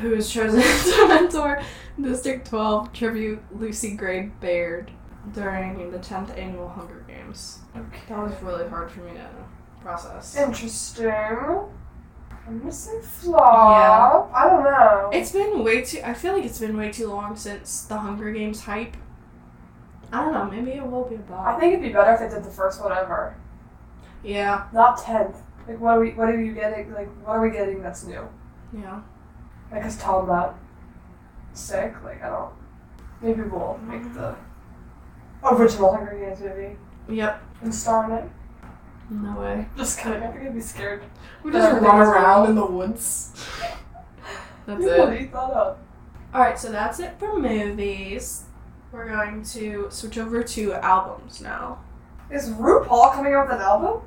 [SPEAKER 2] who was chosen to mentor District 12 tribute Lucy Gray Baird during the 10th annual Hunger Games. That was really hard for me to process.
[SPEAKER 1] Interesting. I'm gonna say flop. I don't know.
[SPEAKER 2] It's been way too, I feel like it's been way too long since the Hunger Games hype. I don't know, maybe it will be a
[SPEAKER 1] I
[SPEAKER 2] bop.
[SPEAKER 1] think it'd be better if they did the first one ever,
[SPEAKER 2] Yeah,
[SPEAKER 1] not tenth. Like, what are we? What are you getting? Like, what are we getting that's new?
[SPEAKER 2] yeah.
[SPEAKER 1] Like, is Tom that sick? Like, I don't. Maybe we'll make the original Hunger Games movie
[SPEAKER 2] Yep,
[SPEAKER 1] and star in it.
[SPEAKER 2] no way.
[SPEAKER 1] Just kidding. I think I'd be scared.
[SPEAKER 2] We
[SPEAKER 1] just run around
[SPEAKER 2] in the woods. That's
[SPEAKER 1] People
[SPEAKER 2] it.
[SPEAKER 1] eat that uh, up.
[SPEAKER 2] Alright, so that's it for movies. We're going to switch over to albums now.
[SPEAKER 1] Is RuPaul coming out with an album?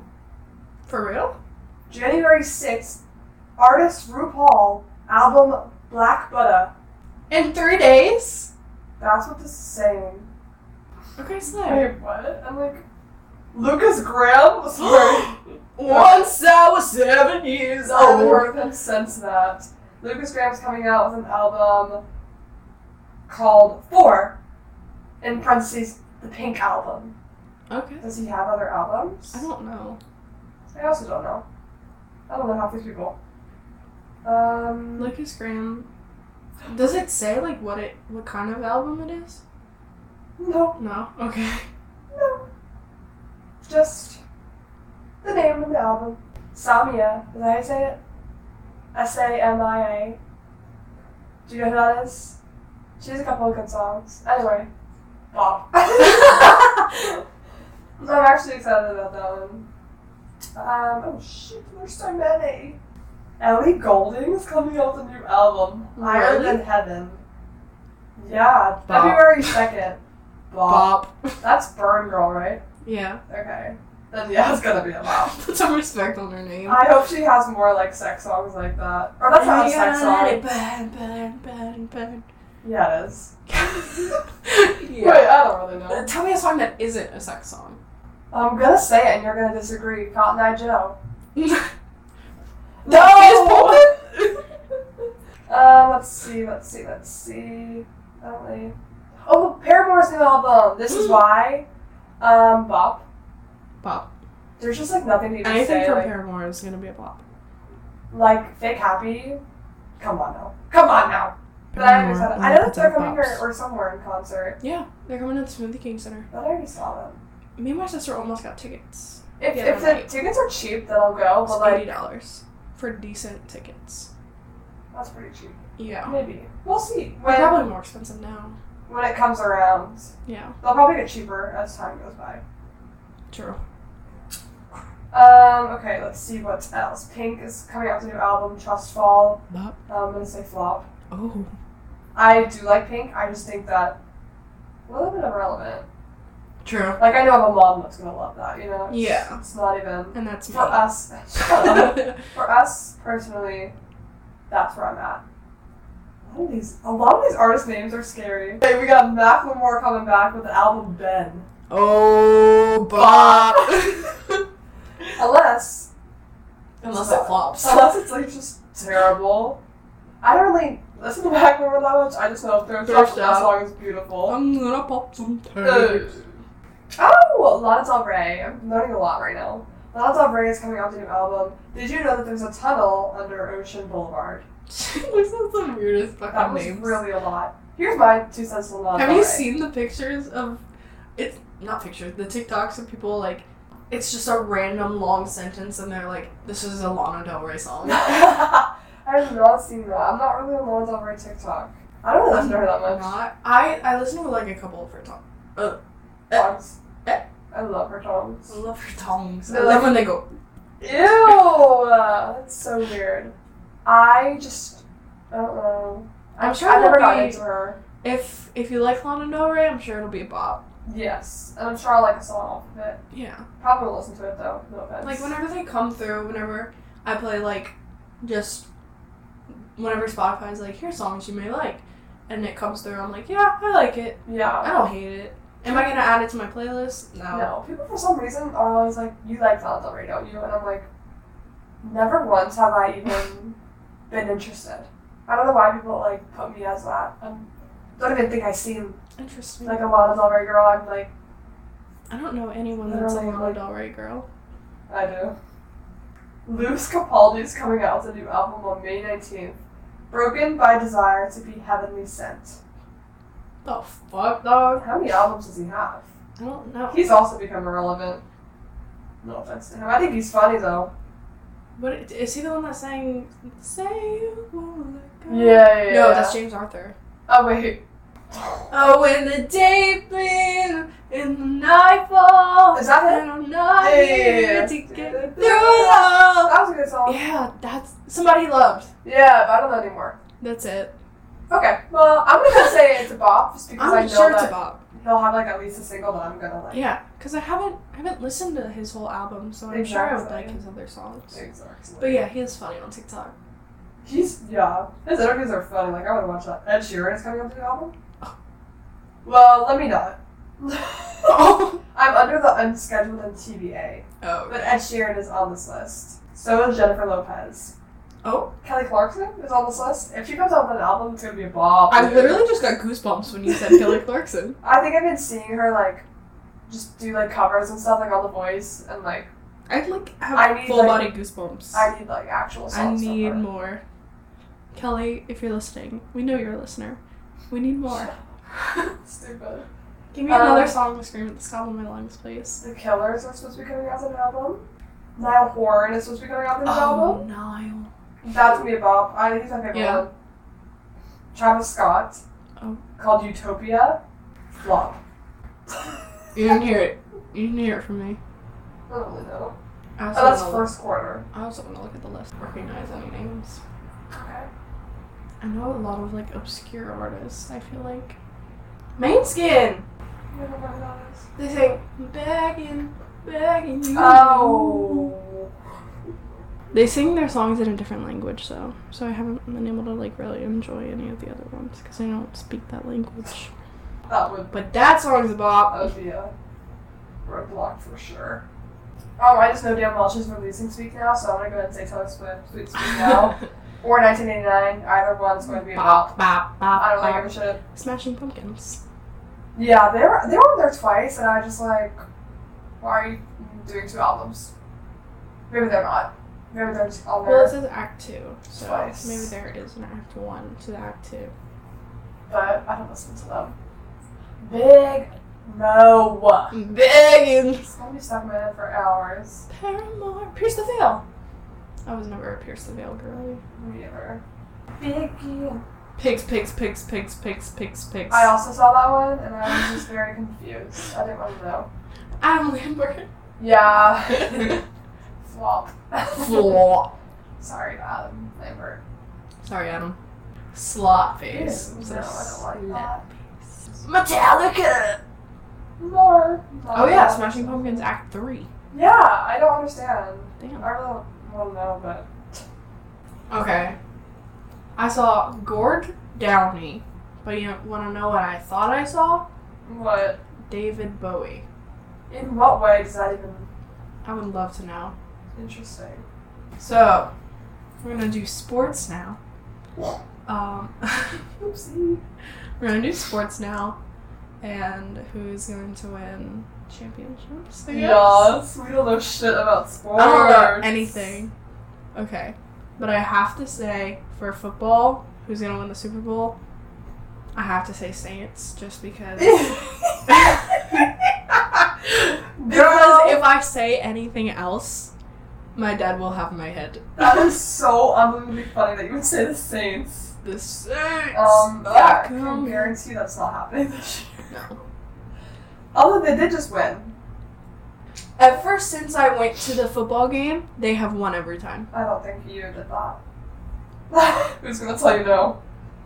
[SPEAKER 2] For real?
[SPEAKER 1] January 6th, artist RuPaul, album Black Buddha.
[SPEAKER 2] In three days?
[SPEAKER 1] That's what this is saying.
[SPEAKER 2] Okay, so
[SPEAKER 1] Wait, what? I'm like, Lucas Graham was married.
[SPEAKER 2] Once I was seven years
[SPEAKER 1] I haven't
[SPEAKER 2] old.
[SPEAKER 1] heard of him since that. Lucas Graham's coming out with an album called Four, in parentheses, the Pink Album.
[SPEAKER 2] Okay.
[SPEAKER 1] Does he have other albums?
[SPEAKER 2] I don't know.
[SPEAKER 1] I also don't know. I don't know half these people. Um,
[SPEAKER 2] Lucas Graham. Does it say like what it what kind of album it is?
[SPEAKER 1] no,
[SPEAKER 2] No. Okay.
[SPEAKER 1] no. Just the name of the album. Samia. Is that how you say it? S A M I A. Do you know who that is? She has a couple of good songs. Anyway, Bob. I'm actually excited about that one. Um, oh shit, there's so many. Ellie Golding is coming out with a new album, Higher
[SPEAKER 2] Really?
[SPEAKER 1] Than Heaven. Yeah,
[SPEAKER 2] Bop.
[SPEAKER 1] February 2nd. Bob.
[SPEAKER 2] Bop.
[SPEAKER 1] That's Burn Girl, right?
[SPEAKER 2] Yeah.
[SPEAKER 1] Okay. Then yeah, it's gonna be a bop.
[SPEAKER 2] Put some respect on her name.
[SPEAKER 1] I hope she has more like sex songs like that. Or that's not a sex
[SPEAKER 2] Yeah,
[SPEAKER 1] song.
[SPEAKER 2] burn, burn, burn, burn.
[SPEAKER 1] Yeah, it is. Wait,
[SPEAKER 2] yeah.
[SPEAKER 1] I don't really know.
[SPEAKER 2] Uh, Tell me a song that isn't a sex song.
[SPEAKER 1] I'm gonna say it and you're gonna disagree. Cotton Eye Joe. Um, let's see, let's see, let's see. Ellie. Oh, Paramore's new album. This is why. Um, bop.
[SPEAKER 2] Bop.
[SPEAKER 1] There's just like nothing to just
[SPEAKER 2] Anything
[SPEAKER 1] say.
[SPEAKER 2] from
[SPEAKER 1] Like,
[SPEAKER 2] Paramore is gonna be a bop.
[SPEAKER 1] like fake happy. Come on now. Come on now. But I
[SPEAKER 2] Paramore,
[SPEAKER 1] understand.
[SPEAKER 2] I
[SPEAKER 1] I
[SPEAKER 2] love
[SPEAKER 1] know that they're
[SPEAKER 2] the
[SPEAKER 1] coming here
[SPEAKER 2] bops.
[SPEAKER 1] or somewhere in concert.
[SPEAKER 2] Yeah, they're coming to the Smoothie King Center.
[SPEAKER 1] But I already saw them.
[SPEAKER 2] Me and my sister almost got tickets.
[SPEAKER 1] If,
[SPEAKER 2] Yeah,
[SPEAKER 1] if the
[SPEAKER 2] right.
[SPEAKER 1] tickets are cheap, then I'll go.
[SPEAKER 2] It's
[SPEAKER 1] But like
[SPEAKER 2] eighty dollars for decent tickets.
[SPEAKER 1] that's pretty cheap.
[SPEAKER 2] Yeah.
[SPEAKER 1] Maybe we'll see
[SPEAKER 2] They're
[SPEAKER 1] when
[SPEAKER 2] probably more expensive now.
[SPEAKER 1] when it comes around.
[SPEAKER 2] Yeah.
[SPEAKER 1] They'll probably get cheaper as time goes by.
[SPEAKER 2] True.
[SPEAKER 1] Um, okay, let's see what else. Pink is coming out with a new album, Trust Fall.
[SPEAKER 2] Bop.
[SPEAKER 1] Um, I'm gonna say flop.
[SPEAKER 2] Oh.
[SPEAKER 1] I do like Pink. I just think that a little bit irrelevant.
[SPEAKER 2] True.
[SPEAKER 1] Like I know I'm a mom that's gonna love that. You know. It's-
[SPEAKER 2] Yeah.
[SPEAKER 1] It's not even
[SPEAKER 2] And that's me.
[SPEAKER 1] for us.
[SPEAKER 2] uh,
[SPEAKER 1] for us personally, that's where I'm at. A lot of these, a lot of these artist names are scary. Okay, we got Macklemore coming back with the album Ben.
[SPEAKER 2] oh,
[SPEAKER 1] Unless
[SPEAKER 2] Unless it flops.
[SPEAKER 1] Unless it's like just terrible. I don't really listen to Macklemore that much. I just know Thrift Shop.
[SPEAKER 2] Thrift
[SPEAKER 1] That
[SPEAKER 2] Shop.
[SPEAKER 1] song is beautiful.
[SPEAKER 2] I'm gonna pop some
[SPEAKER 1] Ugh.
[SPEAKER 2] tags.
[SPEAKER 1] Oh, Lana Del Rey. I'm learning a lot right now. Lana Del Rey is coming out with a new album. Did you know that there's a tunnel under Ocean Boulevard?
[SPEAKER 2] Which is the weirdest fucking
[SPEAKER 1] That was
[SPEAKER 2] names.
[SPEAKER 1] really a lot. Here's my two cents on Lana
[SPEAKER 2] Have
[SPEAKER 1] Del
[SPEAKER 2] you
[SPEAKER 1] Rey.
[SPEAKER 2] seen the pictures of it's not pictures, the TikToks of people like it's just a random long sentence and they're like, This is a Lana Del Rey song.
[SPEAKER 1] I have not seen that. I'm not really on Lana Del Rey TikTok. I don't really listen to her that
[SPEAKER 2] I'm
[SPEAKER 1] much.
[SPEAKER 2] not. I, I listen to like a couple of her songs.
[SPEAKER 1] Songs.
[SPEAKER 2] Eh.
[SPEAKER 1] I love her songs.
[SPEAKER 2] I love her songs. Um, I
[SPEAKER 1] They're
[SPEAKER 2] love
[SPEAKER 1] like-
[SPEAKER 2] when they go
[SPEAKER 1] Ew, that's so weird. I just, I don't know.
[SPEAKER 2] I'm
[SPEAKER 1] I-
[SPEAKER 2] sure
[SPEAKER 1] I never
[SPEAKER 2] it'll
[SPEAKER 1] got
[SPEAKER 2] be-
[SPEAKER 1] into her.
[SPEAKER 2] if if you like Lana Del Rey, I'm sure it'll be a bop.
[SPEAKER 1] Yes, and I'm sure I like a song off of it.
[SPEAKER 2] Yeah.
[SPEAKER 1] Probably won't listen to it though. No offense.
[SPEAKER 2] Like whenever they come through, whenever I play like just whenever Spotify's like, here's songs you may like and it comes through, I'm like, Yeah, I like it. I
[SPEAKER 1] yeah.
[SPEAKER 2] don't hate it. Am I gonna add it to my playlist? No.
[SPEAKER 1] No, people for some reason are always like, "You like Lana Del Rey, don't you?" And I'm like, never once have I even been interested. I don't know why people like put me as that. I don't even think I seem
[SPEAKER 2] Interesting.
[SPEAKER 1] like a Lana Del Rey girl. I'm like,
[SPEAKER 2] I don't know anyone that's a
[SPEAKER 1] Literally,
[SPEAKER 2] Lana
[SPEAKER 1] like-
[SPEAKER 2] Del Rey girl.
[SPEAKER 1] I do. Luis Capaldi's coming out with a new album on May 19th. Broken by Desire to be Heavenly Sent.
[SPEAKER 2] The fuck, dog?
[SPEAKER 1] How many albums does he have?
[SPEAKER 2] I don't know.
[SPEAKER 1] He's also become irrelevant. No offense to him. I think he's funny though.
[SPEAKER 2] What is he the one that sang "Say You Won't Let Go"?
[SPEAKER 1] yeah.
[SPEAKER 2] No, that's James Arthur.
[SPEAKER 1] Oh, wait.
[SPEAKER 2] Oh, when the day bleeds and the night falls,
[SPEAKER 1] Is that
[SPEAKER 2] and
[SPEAKER 1] him?
[SPEAKER 2] I'm not
[SPEAKER 1] Yeah, yeah,
[SPEAKER 2] here
[SPEAKER 1] yeah, yeah.
[SPEAKER 2] to get through it all.
[SPEAKER 1] Oh, That was a good song.
[SPEAKER 2] Yeah, that's somebody loved.
[SPEAKER 1] Yeah, but I don't know anymore.
[SPEAKER 2] That's it.
[SPEAKER 1] Okay, well, I'm gonna say it's a bop just because
[SPEAKER 2] I'm
[SPEAKER 1] know
[SPEAKER 2] sure
[SPEAKER 1] that
[SPEAKER 2] it's a bop.
[SPEAKER 1] he'll have like at least a single that I'm gonna like.
[SPEAKER 2] Yeah, because I haven't I haven't listened to his whole album, so I'm sure I would
[SPEAKER 1] Exactly.
[SPEAKER 2] like his other songs.
[SPEAKER 1] Exactly.
[SPEAKER 2] But yeah, he is funny on TikTok.
[SPEAKER 1] He's yeah. His interviews are funny. Like I would watch that. Ed Sheeran is coming up with an album.
[SPEAKER 2] Oh.
[SPEAKER 1] Well, let me not.
[SPEAKER 2] oh,
[SPEAKER 1] I'm under the unscheduled and TBA, but
[SPEAKER 2] okay.
[SPEAKER 1] Ed Sheeran is on this list. So is Jennifer Lopez.
[SPEAKER 2] oh!
[SPEAKER 1] Kelly Clarkson is on this list. If she comes out with an album, it's gonna be a bomb.
[SPEAKER 2] I literally just got goosebumps when you said Kelly Clarkson.
[SPEAKER 1] I think I've been seeing her like, just do like covers and stuff, like on The Voice, and like
[SPEAKER 2] I'd like have
[SPEAKER 1] I need,
[SPEAKER 2] full
[SPEAKER 1] like-
[SPEAKER 2] body goosebumps.
[SPEAKER 1] I need like actual
[SPEAKER 2] I
[SPEAKER 1] songs. from
[SPEAKER 2] need
[SPEAKER 1] her.
[SPEAKER 2] more. Kelly, if you're listening, we know you're a listener. We need more.
[SPEAKER 1] Stupid.
[SPEAKER 2] Give me
[SPEAKER 1] Um,
[SPEAKER 2] another song to scream at the top of my lungs, please.
[SPEAKER 1] The Killers are supposed to be coming out with an album. Niall Horan is supposed to be coming out with an album.
[SPEAKER 2] Oh, Niall.
[SPEAKER 1] That's me about. I think it's my favorite
[SPEAKER 2] Yeah.
[SPEAKER 1] one. Travis Scott.
[SPEAKER 2] Oh.
[SPEAKER 1] Called Utopia. Flop.
[SPEAKER 2] You didn't hear it. You didn't hear it from me.
[SPEAKER 1] I don't really know.
[SPEAKER 2] I
[SPEAKER 1] Oh,
[SPEAKER 2] also,
[SPEAKER 1] that's
[SPEAKER 2] wanna, look,
[SPEAKER 1] first quarter.
[SPEAKER 2] I also wanna look at the list. Recognize any names.
[SPEAKER 1] Okay.
[SPEAKER 2] I know a lot of like obscure artists, I feel like. Main skin!
[SPEAKER 1] Never mind that is.
[SPEAKER 2] They say begging, begging you.
[SPEAKER 1] Oh.
[SPEAKER 2] They sing their songs in a different language, so so I haven't been able to like really enjoy any of the other ones because I don't speak that language.
[SPEAKER 1] That would
[SPEAKER 2] But that song's a
[SPEAKER 1] that
[SPEAKER 2] bop.
[SPEAKER 1] would be a roadblock uh, for sure. Um, I just know damn well she's releasing Speak Now, so I'm gonna go ahead and say Taylor Swift, Sweet Speak Now, or 1989. Either one's going to be a pop.
[SPEAKER 2] bop, bop, bop,
[SPEAKER 1] I don't really
[SPEAKER 2] bop.
[SPEAKER 1] give a shit.
[SPEAKER 2] Smashing Pumpkins.
[SPEAKER 1] Yeah, they were they were there twice, and I just like, why are you doing two albums? Maybe they're not. Maybe they're just all
[SPEAKER 2] Well,
[SPEAKER 1] there.
[SPEAKER 2] it says Act Two, so
[SPEAKER 1] Twice.
[SPEAKER 2] maybe there is an Act One to the Act Two.
[SPEAKER 1] but I don't listen to them. Big no.
[SPEAKER 2] Begging.
[SPEAKER 1] It's gonna be stuck in my head for hours.
[SPEAKER 2] Paramore. Pierce the Veil. I was never a Pierce the Veil girly.
[SPEAKER 1] Me either. Biggie.
[SPEAKER 2] Pigs, pigs, pigs, pigs, pigs, pigs, pigs.
[SPEAKER 1] I also saw that one, and I was just very confused. I didn't want to know.
[SPEAKER 2] I'm Lambert.
[SPEAKER 1] Yeah. Flop. Sorry, Adam Lambert.
[SPEAKER 2] Sorry, Adam. Slot face.
[SPEAKER 1] Ew, no, I don't like that.
[SPEAKER 2] Metallica.
[SPEAKER 1] More.
[SPEAKER 2] Oh yeah, Smashing Pumpkins Act Three.
[SPEAKER 1] Yeah, I don't understand.
[SPEAKER 2] Damn.
[SPEAKER 1] I really don't want to know, but
[SPEAKER 2] Okay. I saw Gord Downey, but you want to know what I thought I saw?
[SPEAKER 1] what?
[SPEAKER 2] David Bowie.
[SPEAKER 1] In what way does that even
[SPEAKER 2] I would love to know.
[SPEAKER 1] interesting?
[SPEAKER 2] So, we're gonna do sports now.
[SPEAKER 1] Yeah.
[SPEAKER 2] Um,
[SPEAKER 1] Oopsie.
[SPEAKER 2] we're gonna do sports now, and who's going to win championships? I guess?
[SPEAKER 1] Yes, we don't know shit about sports.
[SPEAKER 2] I don't know anything. Okay, but I have to say for football, who's gonna win the Super Bowl? I have to say Saints, just because. Because if
[SPEAKER 1] Girl,
[SPEAKER 2] I say anything else, my dad will have my head.
[SPEAKER 1] that is so unbelievably funny that you would say the Saints.
[SPEAKER 2] The Saints.
[SPEAKER 1] Um, yeah, I can
[SPEAKER 2] come.
[SPEAKER 1] guarantee that's not happening this year.
[SPEAKER 2] No.
[SPEAKER 1] Although they did just win.
[SPEAKER 2] Ever since I went to the football game, they have won every time.
[SPEAKER 1] I don't think you did that. Who's gonna tell you no?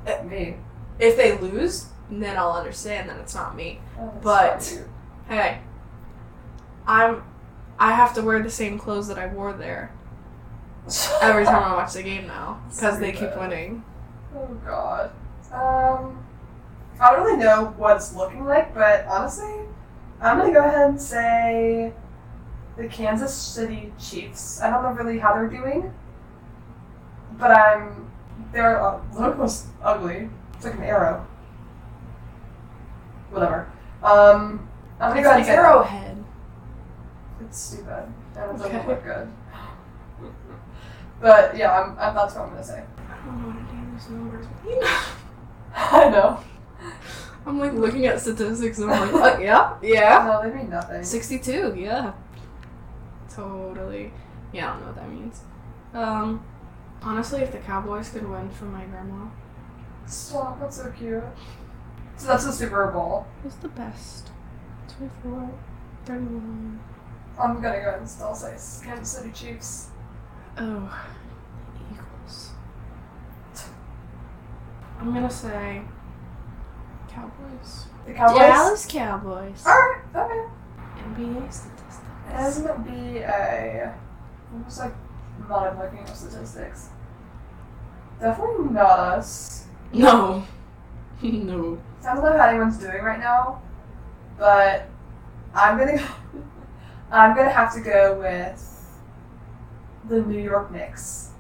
[SPEAKER 2] Eh,
[SPEAKER 1] Me.
[SPEAKER 2] If they lose, then I'll understand that it's not me.
[SPEAKER 1] Oh, that's
[SPEAKER 2] But-
[SPEAKER 1] so cute.
[SPEAKER 2] Hey, I'm. I have to wear the same clothes that I wore there every time I watch the game now because they keep
[SPEAKER 1] Stupid.
[SPEAKER 2] winning.
[SPEAKER 1] Oh god. Um, I don't really know what it's looking like, but honestly, I'm gonna go ahead and say the Kansas City Chiefs. I don't know really how they're doing, but I'm. They're uh, almost ugly. It's like an arrow. Whatever. Um, I'm gonna go ahead and
[SPEAKER 2] It's an
[SPEAKER 1] say that.
[SPEAKER 2] arrowhead.
[SPEAKER 1] It's stupid. And it doesn't
[SPEAKER 2] Okay.
[SPEAKER 1] look good. But yeah, I'm, i that's what I'm gonna say.
[SPEAKER 2] I don't know what to name these numbers.
[SPEAKER 1] I know.
[SPEAKER 2] I'm like looking at statistics and I'm like, uh, yeah, yeah.
[SPEAKER 1] No, they mean nothing.
[SPEAKER 2] 62, yeah. Totally. Yeah, I don't know what that means. Um, honestly, if the Cowboys could win from my grandma,
[SPEAKER 1] Stop, that's so cute. So that's the Super Bowl.
[SPEAKER 2] who's the best? 24, 31.
[SPEAKER 1] I'm gonna go ahead and still say Kansas City Chiefs.
[SPEAKER 2] Oh, the Eagles. I'm gonna say Cowboys.
[SPEAKER 1] The Cowboys.
[SPEAKER 2] Dallas Cowboys.
[SPEAKER 1] All right. Okay.
[SPEAKER 2] NBA statistics.
[SPEAKER 1] M B A. I'm just like not even looking up statistics. Definitely not us.
[SPEAKER 2] No. no.
[SPEAKER 1] Sounds like how anyone's doing right now, but I'm gonna I'm gonna have to go with the New York Knicks.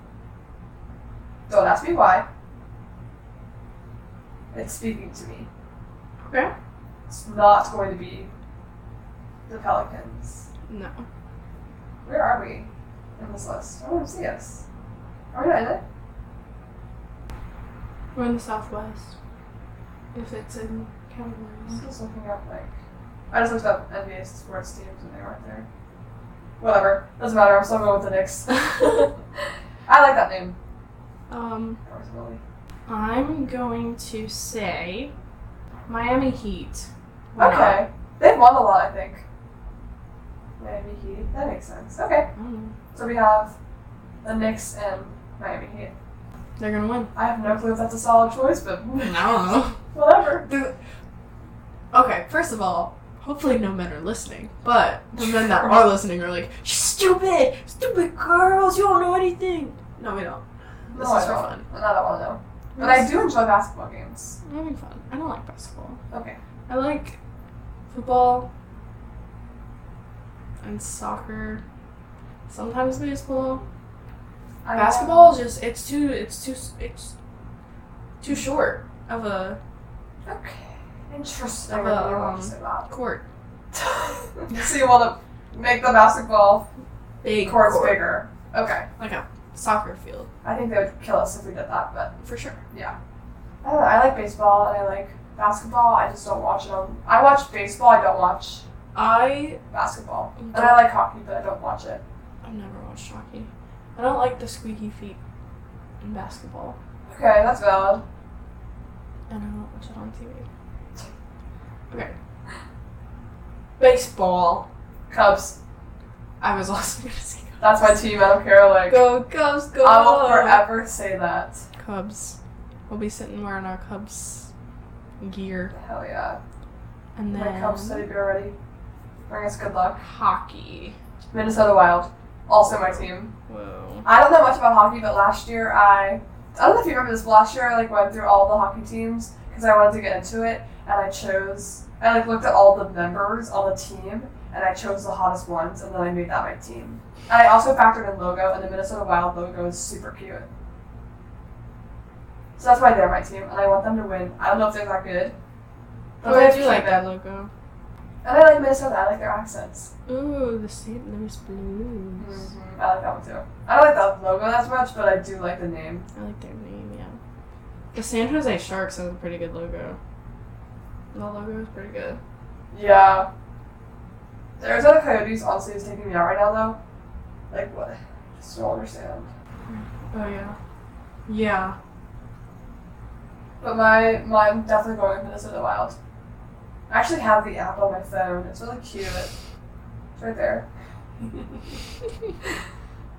[SPEAKER 1] Don't ask me why. It's speaking to me.
[SPEAKER 3] Okay.
[SPEAKER 1] It's not going to be the Pelicans.
[SPEAKER 2] No.
[SPEAKER 1] Where are we in this list? I don't see us. Are we in it?
[SPEAKER 3] We're in the Southwest. If it's in categories.
[SPEAKER 1] I'm just looking up like I just looked up NBA sports teams and they weren't there. Whatever. Doesn't matter, I'm still going with the Knicks. I like that name.
[SPEAKER 2] Um,
[SPEAKER 1] That was really-
[SPEAKER 2] I'm going to say Miami Heat. Why not?
[SPEAKER 1] Okay. They've won a lot, I think. Miami Heat. That makes sense. Okay.
[SPEAKER 2] I don't know.
[SPEAKER 1] So we have the Knicks and Miami Heat.
[SPEAKER 2] They're gonna win.
[SPEAKER 1] I have no clue if that's a solid choice, but
[SPEAKER 2] I
[SPEAKER 1] whatever.
[SPEAKER 2] don't know. Okay, first of all, hopefully no men are listening, but the men that are listening are like, "She's stupid, stupid girls, you don't know anything." No, we don't. This
[SPEAKER 1] no,
[SPEAKER 2] is
[SPEAKER 1] I
[SPEAKER 2] for
[SPEAKER 1] don't.
[SPEAKER 2] fun.
[SPEAKER 1] Not that one though. But I do enjoy basketball games.
[SPEAKER 2] I'm having fun. I don't like basketball.
[SPEAKER 1] Okay.
[SPEAKER 2] I like football and soccer. Sometimes baseball.
[SPEAKER 1] I love-
[SPEAKER 2] Basketball is just it's too it's too it's too short of a
[SPEAKER 1] Okay. Interesting. I
[SPEAKER 2] Of a,
[SPEAKER 1] really want
[SPEAKER 2] um,
[SPEAKER 1] to say that.
[SPEAKER 2] court.
[SPEAKER 1] so you want to make the basketball
[SPEAKER 2] Big
[SPEAKER 1] courts
[SPEAKER 2] court.
[SPEAKER 1] bigger? Okay.
[SPEAKER 2] Like a soccer field
[SPEAKER 1] I think they would kill us if we did that, but
[SPEAKER 2] for sure.
[SPEAKER 1] I, don't know, I like baseball and I like basketball. I just don't watch it on. I watch baseball. I don't watch
[SPEAKER 2] I
[SPEAKER 1] basketball, and
[SPEAKER 2] don't-
[SPEAKER 1] I like hockey, but I don't watch it.
[SPEAKER 2] I've never watched hockey. I don't like the squeaky feet in basketball,
[SPEAKER 1] Okay, that's valid.
[SPEAKER 2] and I don't watch it on TV. Okay. Baseball.
[SPEAKER 1] Cubs.
[SPEAKER 2] I was also gonna say
[SPEAKER 1] That's my team. I don't care. Like
[SPEAKER 2] go Cubs go.
[SPEAKER 1] I will forever say that.
[SPEAKER 2] Cubs. We'll be sitting wearing our Cubs gear,
[SPEAKER 1] Hell yeah.
[SPEAKER 2] and then
[SPEAKER 1] My Cubs city beer ready. Bring us good luck.
[SPEAKER 2] hockey.
[SPEAKER 1] Minnesota Wild. Also my team.
[SPEAKER 2] Whoa.
[SPEAKER 1] I don't know much about hockey, but last year I I don't know if you remember this. But last year I like went through all the hockey teams because I wanted to get into it, and I chose I like looked at all the members on the team, and I chose the hottest ones, and then I made that my team. And I also factored in logo, and the Minnesota Wild logo is super cute. So that's why they're my team, and I want them to win. I don't know if they're that good, but
[SPEAKER 2] Why
[SPEAKER 1] they
[SPEAKER 2] do you
[SPEAKER 1] have
[SPEAKER 2] like
[SPEAKER 1] cute-
[SPEAKER 2] that logo?
[SPEAKER 1] And I like Minnesota. I like their accents.
[SPEAKER 2] Ooh, the St. Louis Blues.
[SPEAKER 1] I like that one too. I don't like the logo as much, but I do like the name.
[SPEAKER 2] I like their name, yeah. The San Jose Sharks has a pretty good logo. The logo is pretty good.
[SPEAKER 1] Yeah. The Arizona Coyotes honestly is taking me out right now though. Like what? I just don't understand.
[SPEAKER 2] Oh yeah. Yeah.
[SPEAKER 1] But my my I'm definitely going with Minnesota Wild. I actually have the app on my phone. It's really cute. It's right there. Oh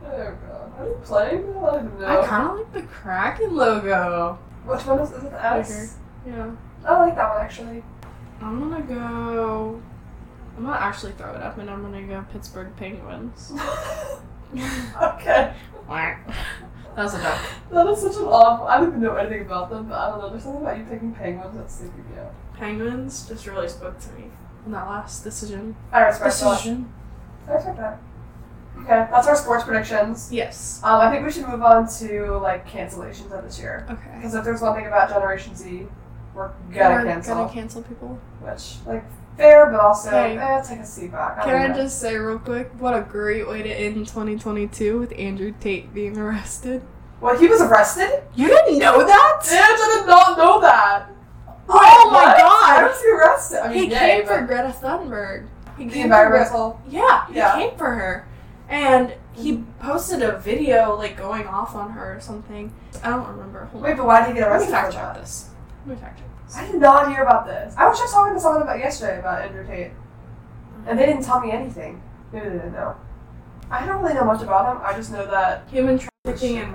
[SPEAKER 1] god. Are they playing? I don't even
[SPEAKER 2] I
[SPEAKER 1] know.
[SPEAKER 2] kind of like the Kraken logo.
[SPEAKER 1] Which one is, is it? The S?
[SPEAKER 2] Yeah.
[SPEAKER 1] I like that one actually.
[SPEAKER 2] I'm gonna go. I'm gonna actually throw it up, and I'm gonna go Pittsburgh Penguins.
[SPEAKER 1] okay.
[SPEAKER 2] That was a duck.
[SPEAKER 1] That is such an odd. I don't even know anything about them, but I don't know. There's something about you picking penguins that's sleeping me out.
[SPEAKER 2] Penguins just really spoke to me in that last decision.
[SPEAKER 1] I respect that. I respect that. Okay, that's our sports predictions.
[SPEAKER 2] Yes.
[SPEAKER 1] Um, I think we should move on to like cancellations of this year.
[SPEAKER 2] Okay.
[SPEAKER 1] Because if there's one thing about Generation Z, we're gonna
[SPEAKER 2] We're
[SPEAKER 1] cancel.
[SPEAKER 2] Gonna cancel people.
[SPEAKER 1] Which like fair, but also
[SPEAKER 2] Hey.
[SPEAKER 1] eh, take a seat back. I
[SPEAKER 2] Can I
[SPEAKER 1] don't know.
[SPEAKER 2] just say real quick, what a great way to end 2022 with Andrew Tate being arrested.
[SPEAKER 1] Well, he was arrested.
[SPEAKER 2] You didn't know
[SPEAKER 1] Dude,
[SPEAKER 2] that?
[SPEAKER 1] I did not know that.
[SPEAKER 2] oh my
[SPEAKER 1] What? How
[SPEAKER 2] god!
[SPEAKER 1] was he arrested? I mean,
[SPEAKER 2] He
[SPEAKER 1] yay,
[SPEAKER 2] came for
[SPEAKER 1] but
[SPEAKER 2] Greta Thunberg. He
[SPEAKER 1] the
[SPEAKER 2] for Gre-
[SPEAKER 1] environmental.
[SPEAKER 2] Yeah, he
[SPEAKER 1] Yeah. Mm-hmm.
[SPEAKER 2] came for her. And he posted a video like going off on her or something. I don't remember. Hold
[SPEAKER 1] Wait,
[SPEAKER 2] on.
[SPEAKER 1] but why did he get
[SPEAKER 2] Let me
[SPEAKER 1] arrested
[SPEAKER 2] fact
[SPEAKER 1] for
[SPEAKER 2] check
[SPEAKER 1] that?
[SPEAKER 2] this. Let me fact check this.
[SPEAKER 1] I did not hear about this. I was just talking to someone about yesterday about Andrew Tate, and they didn't tell me anything. Maybe they didn't know. I don't really know much about him. I just know that
[SPEAKER 2] Human trafficking and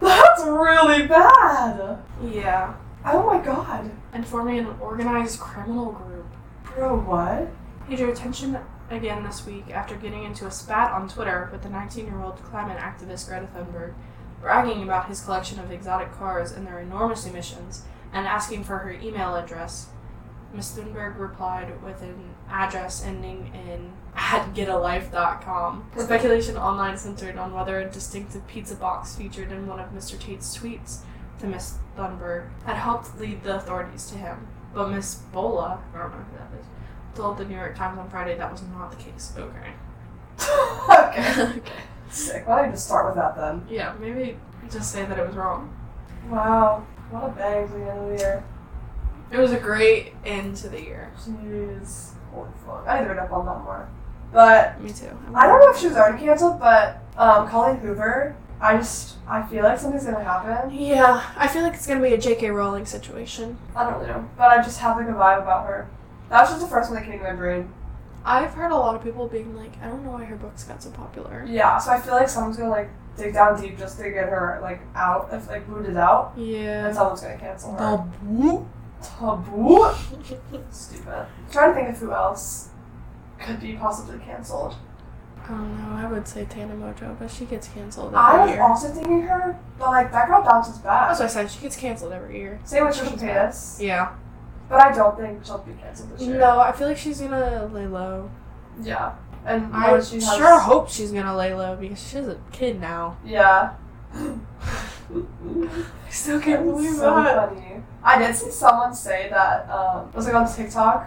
[SPEAKER 1] That's really bad.
[SPEAKER 2] Yeah.
[SPEAKER 1] I Oh my god.
[SPEAKER 2] and forming an organized criminal group.
[SPEAKER 1] Bro, what?
[SPEAKER 2] He drew attention again this week after getting into a spat on Twitter with the 19 year old climate activist Greta Thunberg, bragging about his collection of exotic cars and their enormous emissions, and asking for her email address. Ms. Thunberg replied with an address ending in at getalife.com. Speculation online centered on whether a distinctive pizza box featured in one of Mr. Tate's tweets to Ms. Thunberg had helped lead the authorities to him. But Miss Bola, I don't know who that is, told the New York Times on Friday that was not the case. Okay.
[SPEAKER 1] okay.
[SPEAKER 4] okay.
[SPEAKER 1] Sick. Why don't you just start with that then?
[SPEAKER 2] Yeah, maybe just say that it was wrong.
[SPEAKER 1] Wow. What a bang to the end of the year.
[SPEAKER 2] It was a great end to the year.
[SPEAKER 1] Jeez. Holy fuck. I need to read up on that more. But
[SPEAKER 2] Me too.
[SPEAKER 1] I don't know if she was already canceled, but um, Colleen Hoover, I just, I feel like something's gonna happen.
[SPEAKER 2] Yeah, I feel like it's gonna be a J.K. Rowling situation.
[SPEAKER 1] I don't really know. But I just have like a vibe about her. That was just the first one that came to my brain.
[SPEAKER 2] I've heard a lot of people being like, I don't know why her books got so popular.
[SPEAKER 1] Yeah, so I feel like someone's gonna like dig down deep just to get her like out, if like booted out, and
[SPEAKER 2] Yeah.
[SPEAKER 1] someone's gonna cancel her.
[SPEAKER 4] Babu.
[SPEAKER 1] Taboo? Stupid. trying to think of who else could be possibly canceled.
[SPEAKER 2] I don't know. I would say Tana Mojo, but she gets canceled
[SPEAKER 1] I
[SPEAKER 2] every
[SPEAKER 1] was
[SPEAKER 2] year.
[SPEAKER 1] also thinking her, but like that girl bounces back.
[SPEAKER 2] That's what I said. She gets canceled every year.
[SPEAKER 1] Same with Trisha Paytas,
[SPEAKER 2] Yeah.
[SPEAKER 1] but I don't think she'll be canceled this year.
[SPEAKER 2] No, I feel like she's gonna lay low.
[SPEAKER 1] Yeah, and
[SPEAKER 2] I
[SPEAKER 1] what she has,
[SPEAKER 2] sure hope she's gonna lay low because she's a kid now.
[SPEAKER 1] yeah.
[SPEAKER 2] I still
[SPEAKER 1] That's so funny. I did see someone say that um, was like on TikTok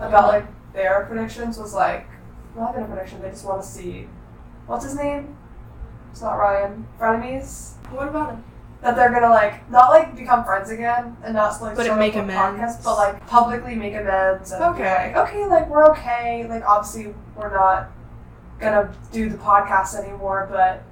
[SPEAKER 2] Uh-huh.
[SPEAKER 1] about like their predictions was like not even a prediction. They just want to see what's his name. It's not Ryan. Frenemies.
[SPEAKER 2] What about him?
[SPEAKER 1] that they're gonna like not like become friends again and not like
[SPEAKER 2] But
[SPEAKER 1] show
[SPEAKER 2] make
[SPEAKER 1] up on
[SPEAKER 2] amends.
[SPEAKER 1] podcasts, but like publicly make amends. And be
[SPEAKER 2] Okay.
[SPEAKER 1] like, okay, like we're okay. Like obviously we're not gonna do the podcast anymore, but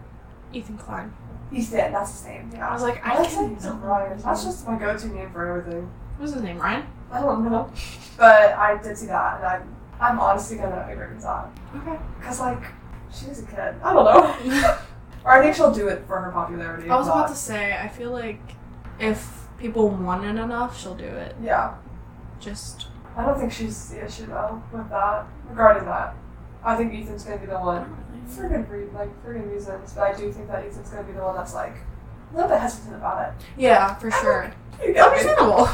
[SPEAKER 2] Ethan Klein.
[SPEAKER 1] Ethan, that's his name. Yeah,
[SPEAKER 2] I was like, I
[SPEAKER 1] that's
[SPEAKER 2] can-
[SPEAKER 1] like Ryan. That's just my go-to name for everything.
[SPEAKER 2] What's his name? Ryan.
[SPEAKER 1] I don't know, but I did see that, and I'm I'm honestly gonna agree with that
[SPEAKER 2] Okay.
[SPEAKER 1] because like she's a kid. I don't know. Or I think she'll do it for her popularity.
[SPEAKER 2] I was
[SPEAKER 1] but-
[SPEAKER 2] about to say. I feel like if people want it enough, she'll do it.
[SPEAKER 1] Yeah.
[SPEAKER 2] Just
[SPEAKER 1] I don't think she's the issue though with that regarding that. I think Ethan's gonna be the
[SPEAKER 2] I
[SPEAKER 1] one
[SPEAKER 2] don't really.
[SPEAKER 1] for good re- like for good reasons, but I do think that Ethan's gonna be the one that's like a little bit hesitant about
[SPEAKER 2] Yeah, for sure.
[SPEAKER 1] it. You got me.
[SPEAKER 2] Understandable.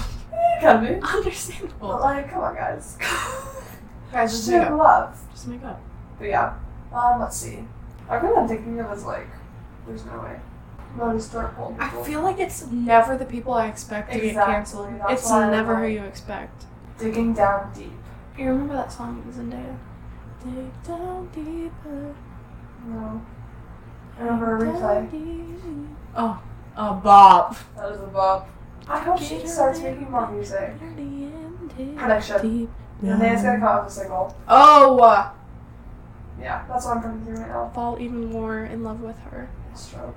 [SPEAKER 1] You got me. But
[SPEAKER 2] Understandable.
[SPEAKER 1] like, come on, guys.
[SPEAKER 2] Guys,
[SPEAKER 1] Just
[SPEAKER 2] just make
[SPEAKER 1] show
[SPEAKER 2] up.
[SPEAKER 1] love.
[SPEAKER 2] Just make up.
[SPEAKER 1] But yeah. Um, let's see. I really am thinking of is like, there's no way. No historical.
[SPEAKER 2] I feel like it's never the people I expect to get
[SPEAKER 1] Exactly,
[SPEAKER 2] canceled.
[SPEAKER 1] that's
[SPEAKER 2] It's
[SPEAKER 1] why I
[SPEAKER 2] never who
[SPEAKER 1] like-
[SPEAKER 2] you expect.
[SPEAKER 1] digging down deep.
[SPEAKER 2] You remember that song with Zendaya? Dig down deeper.
[SPEAKER 1] No. I remember a replay.
[SPEAKER 4] Oh, uh, Bob.
[SPEAKER 1] That is a bop. I hope she starts making more music. Prediction. And then it's gonna come out with a single.
[SPEAKER 4] Oh, uh,
[SPEAKER 1] Yeah, that's what I'm going through right now.
[SPEAKER 2] Fall even more in love with her.
[SPEAKER 1] It's true.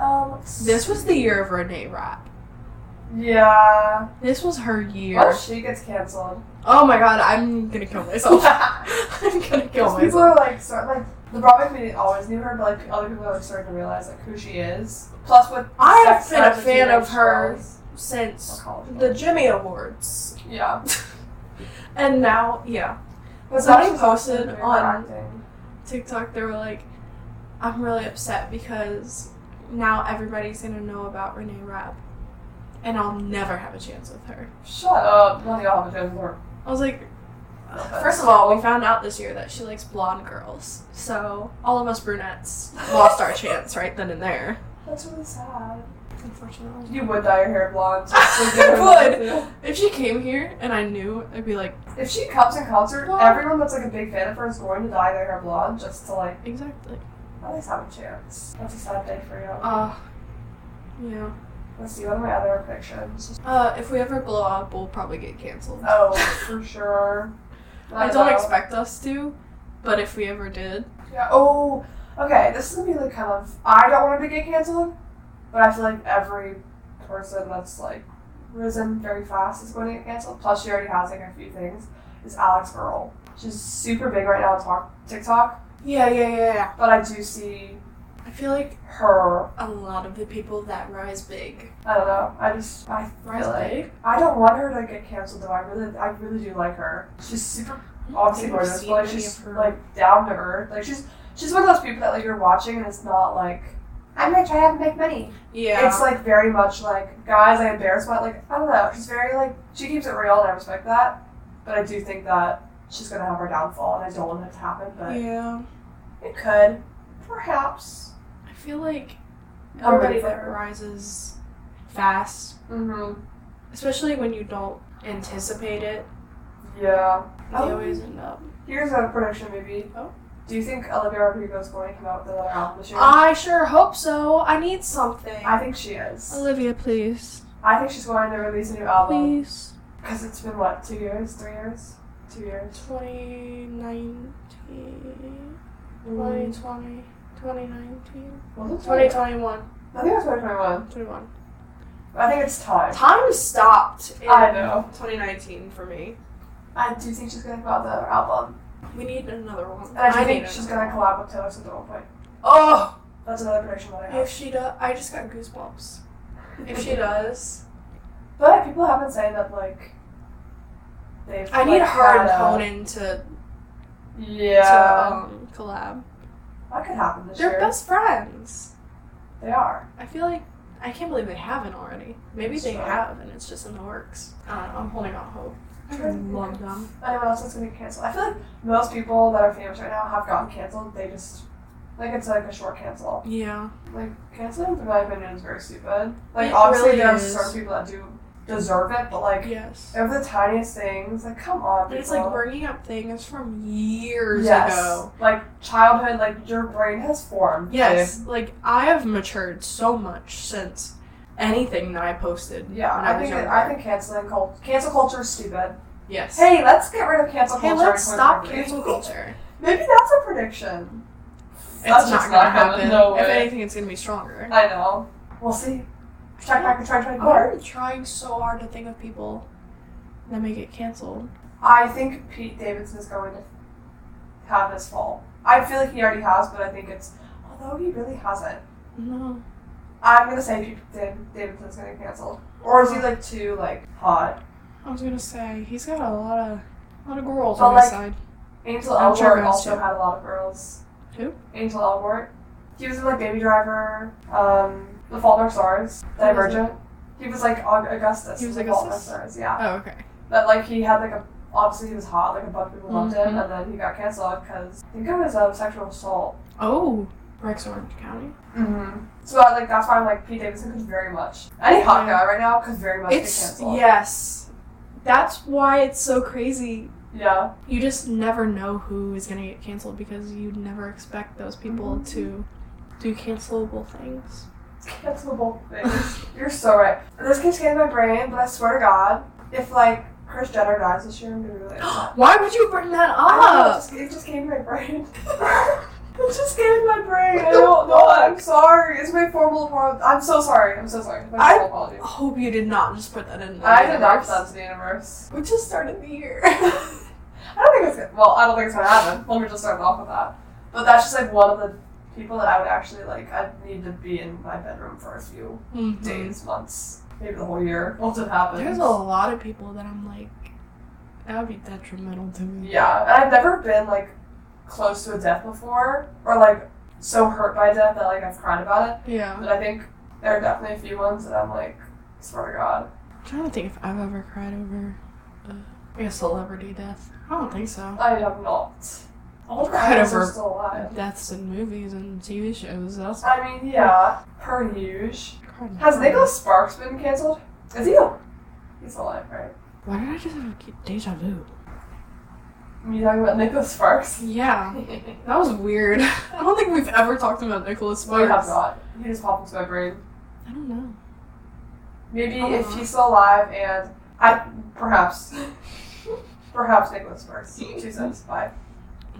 [SPEAKER 1] Um, let's
[SPEAKER 4] this was the year of Renee Rapp.
[SPEAKER 1] Yeah.
[SPEAKER 4] This was her year.
[SPEAKER 1] What if she gets canceled?
[SPEAKER 4] Oh my god, I'm gonna kill myself. I'm gonna kill
[SPEAKER 1] Because people
[SPEAKER 4] myself.
[SPEAKER 1] are like, start, like the Broadway community always knew her, but like other people are like, starting to realize like who she is. Plus, with
[SPEAKER 4] I have
[SPEAKER 1] sex
[SPEAKER 4] been a fan
[SPEAKER 1] crimes and
[SPEAKER 4] of
[SPEAKER 1] teenage
[SPEAKER 4] her
[SPEAKER 1] girls or
[SPEAKER 4] Since
[SPEAKER 1] college
[SPEAKER 4] the
[SPEAKER 1] girls.
[SPEAKER 4] Jimmy Awards.
[SPEAKER 1] yeah,
[SPEAKER 4] And now, yeah.
[SPEAKER 1] but
[SPEAKER 4] somebody
[SPEAKER 1] that's also
[SPEAKER 4] posted
[SPEAKER 1] very
[SPEAKER 4] on-
[SPEAKER 1] acting.
[SPEAKER 4] TikTok, they were like, I'm really upset because now everybody's gonna know about Renee Rapp. And I'll never have a chance with her.
[SPEAKER 1] Shut up! None Uh, of y'all have a chance for
[SPEAKER 4] I was like, First of all, we found out this year that she likes blonde girls. So all of us brunettes lost our chance right then and there.
[SPEAKER 1] That's really sad.
[SPEAKER 4] Unfortunately.
[SPEAKER 1] You would dye your hair blonde.
[SPEAKER 4] I If she came here and I knew, I'd be like,
[SPEAKER 1] If she comes in concert,
[SPEAKER 4] Well-
[SPEAKER 1] everyone that's like a big fan of her is going to dye their hair blonde just to like.
[SPEAKER 4] exactly.
[SPEAKER 1] At least have a chance. That's a sad day for you.
[SPEAKER 4] Uh yeah.
[SPEAKER 1] Let's see, what are my other predictions?
[SPEAKER 4] Uh if we ever blow up we'll probably get cancelled.
[SPEAKER 1] Oh, for sure.
[SPEAKER 4] I don't
[SPEAKER 1] know.
[SPEAKER 4] expect us to, but if we ever did.
[SPEAKER 1] Yeah. Oh, okay. This is gonna be like kind of. I don't want it to get canceled, but I feel like every person that's like risen very fast is going to get canceled. Plus, she already has like a few things. Is Alex Earl? She's super big right now on Tok- TikTok,
[SPEAKER 4] Yeah, yeah, yeah, yeah.
[SPEAKER 1] but I do see
[SPEAKER 4] I feel like
[SPEAKER 1] her.
[SPEAKER 4] a lot of the people that rise big
[SPEAKER 1] I don't know. I just I
[SPEAKER 4] rise
[SPEAKER 1] feel like
[SPEAKER 4] big.
[SPEAKER 1] I don't want her to get canceled though. I really I really do like her. She's super obviously
[SPEAKER 4] I've
[SPEAKER 1] gorgeous,
[SPEAKER 4] seen
[SPEAKER 1] but like
[SPEAKER 4] any
[SPEAKER 1] she's
[SPEAKER 4] of her-
[SPEAKER 1] like down to earth. Like she's she's one of those people that like you're watching and it's not like I'm gonna try to make money.
[SPEAKER 2] Yeah.
[SPEAKER 1] It's like very much like guys, I embarrass about like I don't know. She's very like she keeps it real and I respect that. But I do think that she's gonna have her downfall and I don't want it to happen, but
[SPEAKER 2] yeah.
[SPEAKER 1] it could. Perhaps.
[SPEAKER 2] I feel like
[SPEAKER 1] I'm
[SPEAKER 2] everybody
[SPEAKER 1] ready for
[SPEAKER 2] that
[SPEAKER 1] her.
[SPEAKER 2] rises fast,
[SPEAKER 1] Mm-hmm.
[SPEAKER 2] especially when you don't anticipate it,
[SPEAKER 1] Yeah.
[SPEAKER 2] they
[SPEAKER 1] Oh.
[SPEAKER 2] always end up.
[SPEAKER 1] Here's a prediction maybe.
[SPEAKER 2] Oh.
[SPEAKER 1] Do you think Olivia Rodrigo's going to come out with another album this year?
[SPEAKER 2] I sure hope so. I need something.
[SPEAKER 1] I think she is.
[SPEAKER 2] Olivia, please,
[SPEAKER 1] I think she's going to release a new
[SPEAKER 2] Um,
[SPEAKER 1] album
[SPEAKER 2] please.
[SPEAKER 1] because it's been what two years, three years, two years.
[SPEAKER 2] 2019,
[SPEAKER 1] Mm.
[SPEAKER 2] 2020, 2019,
[SPEAKER 1] Was it 20?
[SPEAKER 2] 2021,
[SPEAKER 1] I think it was 2021.
[SPEAKER 2] 21.
[SPEAKER 1] I think it's time.
[SPEAKER 2] Time stopped in
[SPEAKER 1] I know.
[SPEAKER 2] 2019 for me.
[SPEAKER 1] I do think she's gonna come out with another album,
[SPEAKER 2] We need another one.
[SPEAKER 1] and I do
[SPEAKER 2] need
[SPEAKER 1] think she's
[SPEAKER 2] another
[SPEAKER 1] gonna
[SPEAKER 2] one.
[SPEAKER 1] collab with Taylor Swift at one point.
[SPEAKER 2] Oh,
[SPEAKER 1] That's another prediction that I
[SPEAKER 2] if
[SPEAKER 1] have.
[SPEAKER 2] she does, I just got goosebumps. If she does,
[SPEAKER 1] But people have been saying that like they've.
[SPEAKER 2] I need
[SPEAKER 1] like,
[SPEAKER 2] her and
[SPEAKER 1] had a-
[SPEAKER 2] Conan to, to
[SPEAKER 1] Yeah.
[SPEAKER 2] um, collab.
[SPEAKER 1] That could happen this
[SPEAKER 2] They're
[SPEAKER 1] year.
[SPEAKER 2] best friends.
[SPEAKER 1] They are.
[SPEAKER 2] I feel like I can't believe they haven't already. Maybe they
[SPEAKER 1] Sure.
[SPEAKER 2] have, and it's just in the works. I don't know. I'm holding out hope.
[SPEAKER 1] I
[SPEAKER 4] love them.
[SPEAKER 1] Anyone else that's gonna get canceled? I feel like most people that are famous right now have gotten canceled. They just like it's like a short cancel.
[SPEAKER 2] Yeah.
[SPEAKER 1] Like, canceling, in my opinion, is very stupid. Like,
[SPEAKER 2] It
[SPEAKER 1] obviously,
[SPEAKER 2] really
[SPEAKER 1] there are
[SPEAKER 2] is.
[SPEAKER 1] certain people that do deserve it, but, like,
[SPEAKER 2] Yes.
[SPEAKER 1] over the tiniest things, like, come on,
[SPEAKER 2] And
[SPEAKER 1] people.
[SPEAKER 2] it's like bringing up things from years
[SPEAKER 1] yes.
[SPEAKER 2] ago.
[SPEAKER 1] Like, childhood, like, your brain has formed.
[SPEAKER 2] Yes. Like I have matured so much since anything that I posted.
[SPEAKER 1] Yeah,
[SPEAKER 2] when
[SPEAKER 1] I
[SPEAKER 2] was
[SPEAKER 1] think
[SPEAKER 2] younger.
[SPEAKER 1] I think canceling cult- cancel culture is stupid.
[SPEAKER 2] yes.
[SPEAKER 1] Hey, let's get rid of cancel
[SPEAKER 2] Hey,
[SPEAKER 1] culture.
[SPEAKER 2] let's
[SPEAKER 1] in
[SPEAKER 2] stop
[SPEAKER 1] 2023.
[SPEAKER 2] cancel culture.
[SPEAKER 1] Maybe that's a prediction.
[SPEAKER 2] it's
[SPEAKER 1] That's
[SPEAKER 2] not
[SPEAKER 1] just
[SPEAKER 2] gonna
[SPEAKER 1] not gonna-
[SPEAKER 2] happen.
[SPEAKER 1] no
[SPEAKER 2] if
[SPEAKER 1] way.
[SPEAKER 2] anything, it's gonna be stronger.
[SPEAKER 1] I know. We'll see. Check back in 2024.
[SPEAKER 2] I'm trying so hard to think of people that may get canceled.
[SPEAKER 1] I think Pete Davidson is going to have this fall. I feel like he already has, but I think it's although he really hasn't.
[SPEAKER 2] No.
[SPEAKER 1] I'm gonna say Pete Dav- Davidson's gonna cancel, or is he like too like hot?
[SPEAKER 2] I was gonna say he's got a lot of a lot of girls
[SPEAKER 1] But,
[SPEAKER 2] on his
[SPEAKER 1] Oh, like,
[SPEAKER 2] side.
[SPEAKER 1] Angel
[SPEAKER 2] I'm
[SPEAKER 1] Elwort
[SPEAKER 2] sure he has
[SPEAKER 1] also
[SPEAKER 2] to.
[SPEAKER 1] had a lot of girls.
[SPEAKER 2] Who?
[SPEAKER 1] Angel Elwort. He was in like Baby Driver, um, The Fault in Our Stars, Divergent. He was like Aug- Augustus.
[SPEAKER 2] He was
[SPEAKER 1] in The Fault in Our
[SPEAKER 2] Augustus?
[SPEAKER 1] Stars, yeah.
[SPEAKER 2] Oh, okay.
[SPEAKER 1] But like he had like a obviously he was hot, like a bunch of people loved him,
[SPEAKER 2] Mhm.
[SPEAKER 1] and then he got canceled because I think it was um, sexual assault.
[SPEAKER 2] Oh, Rex Orange County.
[SPEAKER 1] Mm-hmm. So I, like that's why I'm like Pete Davidson could very much any hot
[SPEAKER 2] Yeah.
[SPEAKER 1] guy right now could very much get
[SPEAKER 2] It's
[SPEAKER 1] canceled.
[SPEAKER 2] yes. That's why it's so crazy.
[SPEAKER 1] Yeah.
[SPEAKER 2] You just never know who is gonna get canceled because you never expect those
[SPEAKER 1] Mm-hmm.
[SPEAKER 2] people to do cancelable things.
[SPEAKER 1] Cancelable things. You're so right. This keeps getting in my brain, but I swear to God, if like Chris Jenner dies this year, I'm gonna be really upset.
[SPEAKER 2] why would you bring that
[SPEAKER 1] I don't know, it
[SPEAKER 2] up?
[SPEAKER 1] just, it just came in my brain. it just came in my brain. I don't know. I'm sorry. It's my formal apology. I'm so sorry. I'm so sorry. It's My
[SPEAKER 2] I- Oh
[SPEAKER 1] formal apology.
[SPEAKER 2] I hope you did not just put that in. the
[SPEAKER 1] I did not
[SPEAKER 2] universe.
[SPEAKER 1] upset the universe.
[SPEAKER 2] We just started the year.
[SPEAKER 1] I don't think it's gonna, well, I don't think it's gonna happen. Let me just start off with that. But that's just like one of the people that I would actually like. I need to be in my bedroom for a few
[SPEAKER 2] Mhm.
[SPEAKER 1] days, months, maybe the whole year. Once it happens.
[SPEAKER 2] There's a lot of people that I'm like, that would be detrimental to me.
[SPEAKER 1] yeah, and I've never been like close to a death before, or like so hurt by death that like I've cried about it.
[SPEAKER 2] Yeah.
[SPEAKER 1] But I think there are definitely a few ones that I'm like, swear to God.
[SPEAKER 2] I'm trying to think if I've ever cried over uh, like a celebrity death. I don't think so.
[SPEAKER 1] I have not. All the
[SPEAKER 2] Cried
[SPEAKER 1] idols are
[SPEAKER 2] over-
[SPEAKER 1] still alive.
[SPEAKER 2] Deaths in movies and TV shows. That's
[SPEAKER 1] I mean, yeah, per usual.
[SPEAKER 2] cried over.
[SPEAKER 1] Has Nicholas Sparks been canceled? Is he? al- He's alive, right?
[SPEAKER 2] Why did I just have a deja vu?
[SPEAKER 1] You talking about Nicholas Sparks?
[SPEAKER 2] Yeah,
[SPEAKER 1] we
[SPEAKER 2] that was weird. I don't think we've ever talked about Nicholas
[SPEAKER 1] have
[SPEAKER 2] Sparks.
[SPEAKER 1] not. He just popped into my brain.
[SPEAKER 2] I don't know.
[SPEAKER 1] Maybe
[SPEAKER 2] Oh.
[SPEAKER 1] if he's still alive, and I perhaps, perhaps Nicholas Sparks. Two cents. Bye.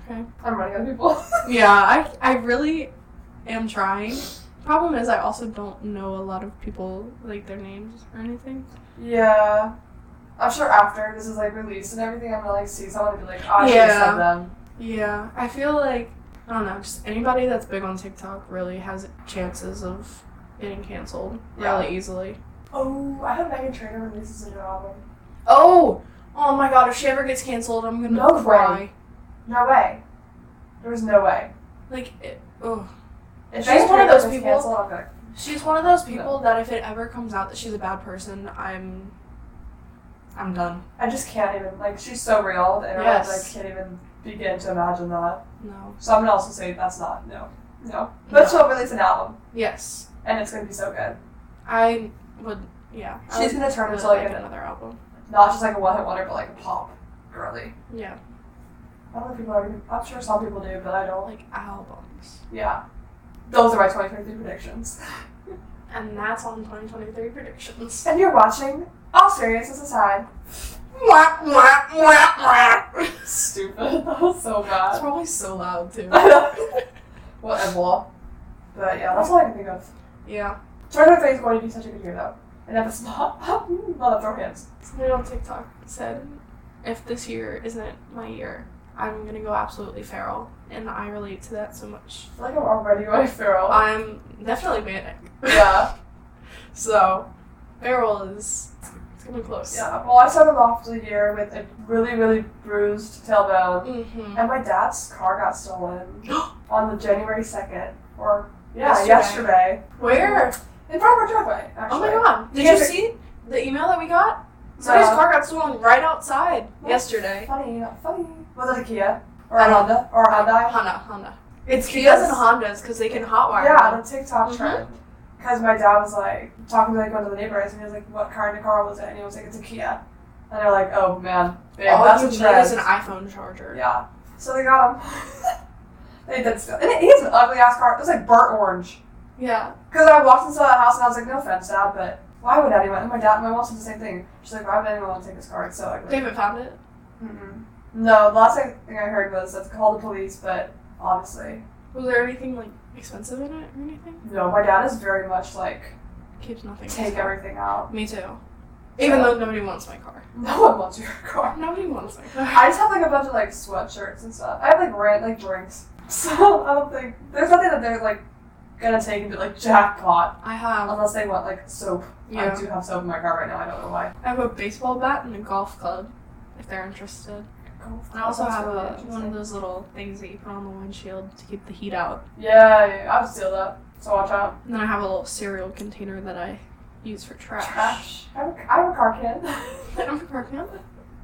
[SPEAKER 2] Okay.
[SPEAKER 1] I'm running out of people.
[SPEAKER 2] Yeah, I I really am trying. Problem is, I also don't know a lot of people like their names or anything.
[SPEAKER 1] yeah. I'm sure after this "Ah, is like released and everything, I'm gonna like see someone and be like, oh, I should
[SPEAKER 2] Yeah.
[SPEAKER 1] have said them.
[SPEAKER 2] Yeah, I feel like I don't know, just anybody that's big on TikTok really has chances of getting canceled
[SPEAKER 1] Yeah.
[SPEAKER 2] really easily.
[SPEAKER 1] Oh, I hope Megan Trainor releases a new album.
[SPEAKER 2] Oh, oh my God! If she ever gets canceled, I'm gonna
[SPEAKER 1] No
[SPEAKER 2] cry.
[SPEAKER 1] way. No way. There's no way.
[SPEAKER 2] Like, it, oh,
[SPEAKER 1] If
[SPEAKER 2] She's
[SPEAKER 1] Meghan
[SPEAKER 2] one of
[SPEAKER 1] Trainor
[SPEAKER 2] those
[SPEAKER 1] gets
[SPEAKER 2] people-
[SPEAKER 1] Canceled, I'm gonna,
[SPEAKER 2] she's one of those people that if it ever comes out that she's a bad person, I'm, I'm done.
[SPEAKER 1] I just can't even. Like, she's so real, and
[SPEAKER 2] Yes.
[SPEAKER 1] I like, can't even begin to imagine that.
[SPEAKER 2] No.
[SPEAKER 1] Someone else will say that's not. No. No. But
[SPEAKER 2] No.
[SPEAKER 1] she'll release an album,
[SPEAKER 2] Yes,
[SPEAKER 1] and it's gonna be so good.
[SPEAKER 2] I would. Yeah, I
[SPEAKER 1] She's
[SPEAKER 2] would
[SPEAKER 1] gonna turn
[SPEAKER 2] really
[SPEAKER 1] into like
[SPEAKER 2] like
[SPEAKER 1] an,
[SPEAKER 2] another album.
[SPEAKER 1] not just like a one hit wonder, but like a pop girly.
[SPEAKER 2] Yeah,
[SPEAKER 1] I don't know if people are. I'm sure some people do, but I don't.
[SPEAKER 2] like albums,
[SPEAKER 1] Yeah. Those are my 2023 predictions.
[SPEAKER 2] and that's on 2023 predictions.
[SPEAKER 1] And you're watching All Seriousness Aside.
[SPEAKER 4] Wah, wah, wah, wah.
[SPEAKER 1] Stupid. That was so
[SPEAKER 4] It's
[SPEAKER 2] Uh,
[SPEAKER 1] bad.
[SPEAKER 4] probably so loud too.
[SPEAKER 1] Whatever. But yeah, that's all I can think of.
[SPEAKER 2] Yeah,
[SPEAKER 1] 2023 is going to be such a good year though. And if it's not, well, let's throw hands.
[SPEAKER 2] somebody on TikTok said, "If this year isn't my year, I'm gonna go absolutely feral," and I relate to that so much.
[SPEAKER 1] I feel like I'm already going feral.
[SPEAKER 2] I'm definitely manic.
[SPEAKER 1] yeah.
[SPEAKER 2] So, feral is it's gonna be close.
[SPEAKER 1] Yeah. Well, I started off the year with a really, really bruised tailbone.
[SPEAKER 2] Mm-hmm.
[SPEAKER 1] And my dad's car got stolen on the January 2nd, or yeah,
[SPEAKER 2] Yesterday.
[SPEAKER 1] yesterday.
[SPEAKER 2] Where?
[SPEAKER 1] In front of our driveway, actually.
[SPEAKER 2] Oh my god! Did
[SPEAKER 1] Yeah,
[SPEAKER 2] you
[SPEAKER 1] but-
[SPEAKER 2] see the email that we got? Somebody's car got stolen right outside
[SPEAKER 1] What?
[SPEAKER 2] yesterday.
[SPEAKER 1] Funny, not funny. Was it a Kia? Or
[SPEAKER 2] I
[SPEAKER 1] a
[SPEAKER 2] don't-
[SPEAKER 1] Honda? Or a Hyundai?
[SPEAKER 2] Honda, Honda. It's Kias
[SPEAKER 1] because-
[SPEAKER 2] and Hondas because they can hotwire.
[SPEAKER 1] Yeah,
[SPEAKER 2] them.
[SPEAKER 1] the TikTok
[SPEAKER 2] Mhm.
[SPEAKER 1] trend. Because my dad was like talking to like one of the neighbors, and he was like, "What kind of car was it?" And he was like, "It's a Kia." And they're like, "Oh man, babe,
[SPEAKER 2] All
[SPEAKER 1] that's
[SPEAKER 2] you
[SPEAKER 1] a
[SPEAKER 2] need
[SPEAKER 1] trend."
[SPEAKER 2] is an iPhone charger.
[SPEAKER 1] yeah. So they got him. they did still. And he has an ugly ass car. It was like burnt orange.
[SPEAKER 2] Yeah.
[SPEAKER 1] Because I walked into that house and I was like, no offense, Dad, but why would anyone? And my dad, my mom said the same thing. She's like, why would anyone want to take this car? It's so ugly.
[SPEAKER 2] David found it.
[SPEAKER 1] Mm-mm. No, the last thing I heard was let's call the police, but obviously,
[SPEAKER 2] Was there anything like expensive in it or anything?
[SPEAKER 1] no. My dad is very much like
[SPEAKER 2] Keeps nothing.
[SPEAKER 1] take everything out.
[SPEAKER 2] Me too. Even
[SPEAKER 1] Yeah.
[SPEAKER 2] though nobody wants my car.
[SPEAKER 1] No one wants your car.
[SPEAKER 2] Nobody wants my car.
[SPEAKER 1] I just have like a bunch of like sweatshirts and stuff. I have like rant like drinks, so I don't think there's nothing that they're like gonna take into like jackpot
[SPEAKER 2] I have.
[SPEAKER 1] unless they want like soap. I do have soap in my car right now. I don't know why.
[SPEAKER 2] I have a baseball bat and a golf club, if they're interested. And I also
[SPEAKER 1] Oh, That's
[SPEAKER 2] have
[SPEAKER 1] really
[SPEAKER 2] a,
[SPEAKER 1] interesting.
[SPEAKER 2] one of those little things that you put on the windshield to keep the heat out.
[SPEAKER 1] Yeah, yeah, I would steal that. So watch out.
[SPEAKER 2] And then I have a little cereal container that I use for trash.
[SPEAKER 1] I have a, I have a car can.
[SPEAKER 2] I don't have a car can.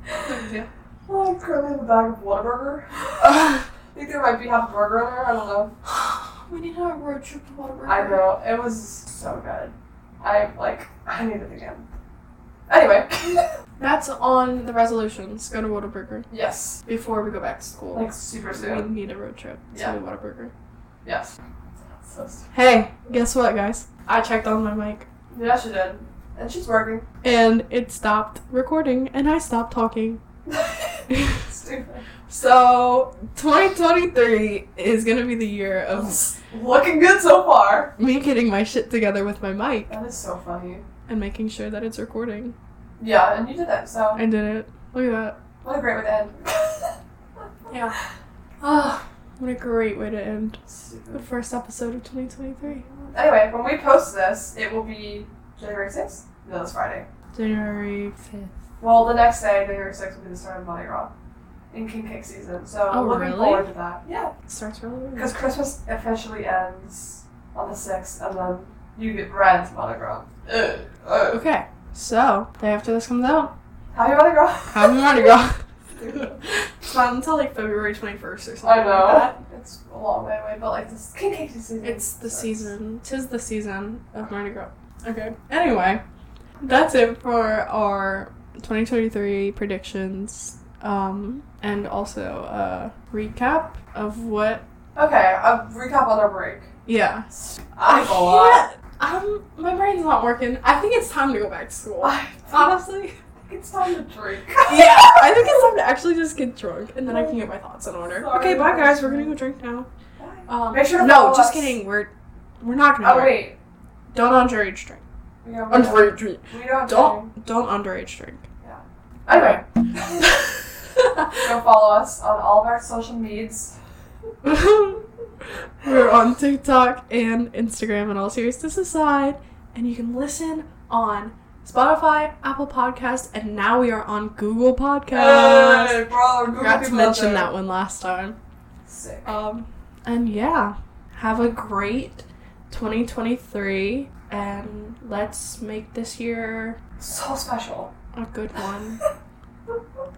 [SPEAKER 1] Oh, I currently have a bag of Whataburger. I
[SPEAKER 2] Ugh.
[SPEAKER 1] think there might be half a burger in there. I don't know.
[SPEAKER 2] we need to have a road trip to Whataburger.
[SPEAKER 1] I know. It was so good. I like. I need it again. Anyway.
[SPEAKER 2] That's on the resolutions. Go to Whataburger
[SPEAKER 1] yes.
[SPEAKER 2] before we go back to school.
[SPEAKER 1] Like super
[SPEAKER 2] we
[SPEAKER 1] soon.
[SPEAKER 2] need a road trip to
[SPEAKER 1] Yeah.
[SPEAKER 2] Whataburger.
[SPEAKER 1] Yes. So soon.
[SPEAKER 2] Hey, guess what, guys? I checked on my mic
[SPEAKER 1] Yeah, she did, and she's working.
[SPEAKER 2] and it stopped recording, and I stopped talking.
[SPEAKER 1] Stupid.
[SPEAKER 2] So, 2023 is gonna be the year of
[SPEAKER 1] Looking good so far.
[SPEAKER 2] me getting my shit together with my mic
[SPEAKER 1] That is so funny.
[SPEAKER 2] and making sure that it's recording.
[SPEAKER 1] Yeah, and you did that. So
[SPEAKER 2] I did it. Look at that.
[SPEAKER 1] what a great way to end.
[SPEAKER 2] Yeah. Oh, what a great way to end
[SPEAKER 1] Stupid.
[SPEAKER 2] the first episode of 2023.
[SPEAKER 1] Anyway, when we post this, it will be January 6th? No, it's Friday.
[SPEAKER 2] January 5th.
[SPEAKER 1] Well, the next day, January 6th, will be the start of Mardi Gras in King Cake season. So
[SPEAKER 2] Oh,
[SPEAKER 1] I'm looking
[SPEAKER 2] really? Hmm.
[SPEAKER 1] forward to that. Yeah,
[SPEAKER 2] It starts really early.
[SPEAKER 1] because Christmas officially ends on the 6th, and then you get right into Mardi Gras. Ugh, ugh.
[SPEAKER 2] Okay, so, day after this comes out,
[SPEAKER 1] Happy Mardi Gras!
[SPEAKER 2] happy Mardi Gras. it's not until like February 21st or something.
[SPEAKER 1] I
[SPEAKER 2] Like that.
[SPEAKER 1] know. It's a long way away, but like this King Cake season.
[SPEAKER 2] It's the
[SPEAKER 1] starts.
[SPEAKER 2] season. Tis the season of Mardi Gras. Okay. Anyway, that's it for our 2023 predictions. Um, and also a recap of what.
[SPEAKER 1] Okay, a recap on our break.
[SPEAKER 2] Yeah.
[SPEAKER 1] I
[SPEAKER 2] can't. Um, my brain's not working. I think it's time to go back to school.
[SPEAKER 1] can't.
[SPEAKER 2] Honestly.
[SPEAKER 1] It's time to drink.
[SPEAKER 2] Yeah. I think it's time to actually just get drunk, and then I can get my thoughts in order.
[SPEAKER 1] Sorry.
[SPEAKER 2] Okay. Bye, guys. We're gonna go drink now.
[SPEAKER 1] Bye.
[SPEAKER 2] Um.
[SPEAKER 1] Make sure to
[SPEAKER 2] no,
[SPEAKER 1] follow
[SPEAKER 2] just
[SPEAKER 1] us.
[SPEAKER 2] kidding. We're we're not gonna.
[SPEAKER 1] Oh
[SPEAKER 2] drink.
[SPEAKER 1] wait.
[SPEAKER 2] Don't underage drink.
[SPEAKER 1] We don't have-
[SPEAKER 2] Underage drink.
[SPEAKER 1] we don't have time.
[SPEAKER 2] Don't don't underage drink.
[SPEAKER 1] Anyway,
[SPEAKER 2] Anyway.
[SPEAKER 1] go follow us on all of our social medias.
[SPEAKER 2] We're on TikTok and Instagram and all seriousness aside. And you can listen on Spotify, Apple Podcasts, and now we are on Google Podcasts.
[SPEAKER 1] Hey, Uh, bro,
[SPEAKER 2] I
[SPEAKER 1] Google
[SPEAKER 2] forgot to
[SPEAKER 1] people out
[SPEAKER 2] mention
[SPEAKER 1] there.
[SPEAKER 2] that one last time.
[SPEAKER 1] Sick.
[SPEAKER 2] Um, and yeah, have a great 2023 and let's make this year
[SPEAKER 1] So special.
[SPEAKER 2] a good one.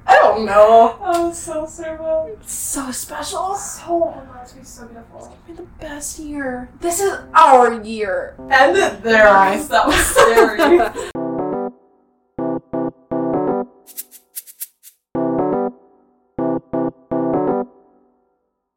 [SPEAKER 1] I don't know. I'm so cerveau.
[SPEAKER 2] It's Oh, so special. It's
[SPEAKER 1] So reminds me so beautiful.
[SPEAKER 2] gonna be the best year. This is our year.
[SPEAKER 1] End it there. 'cause That was scary.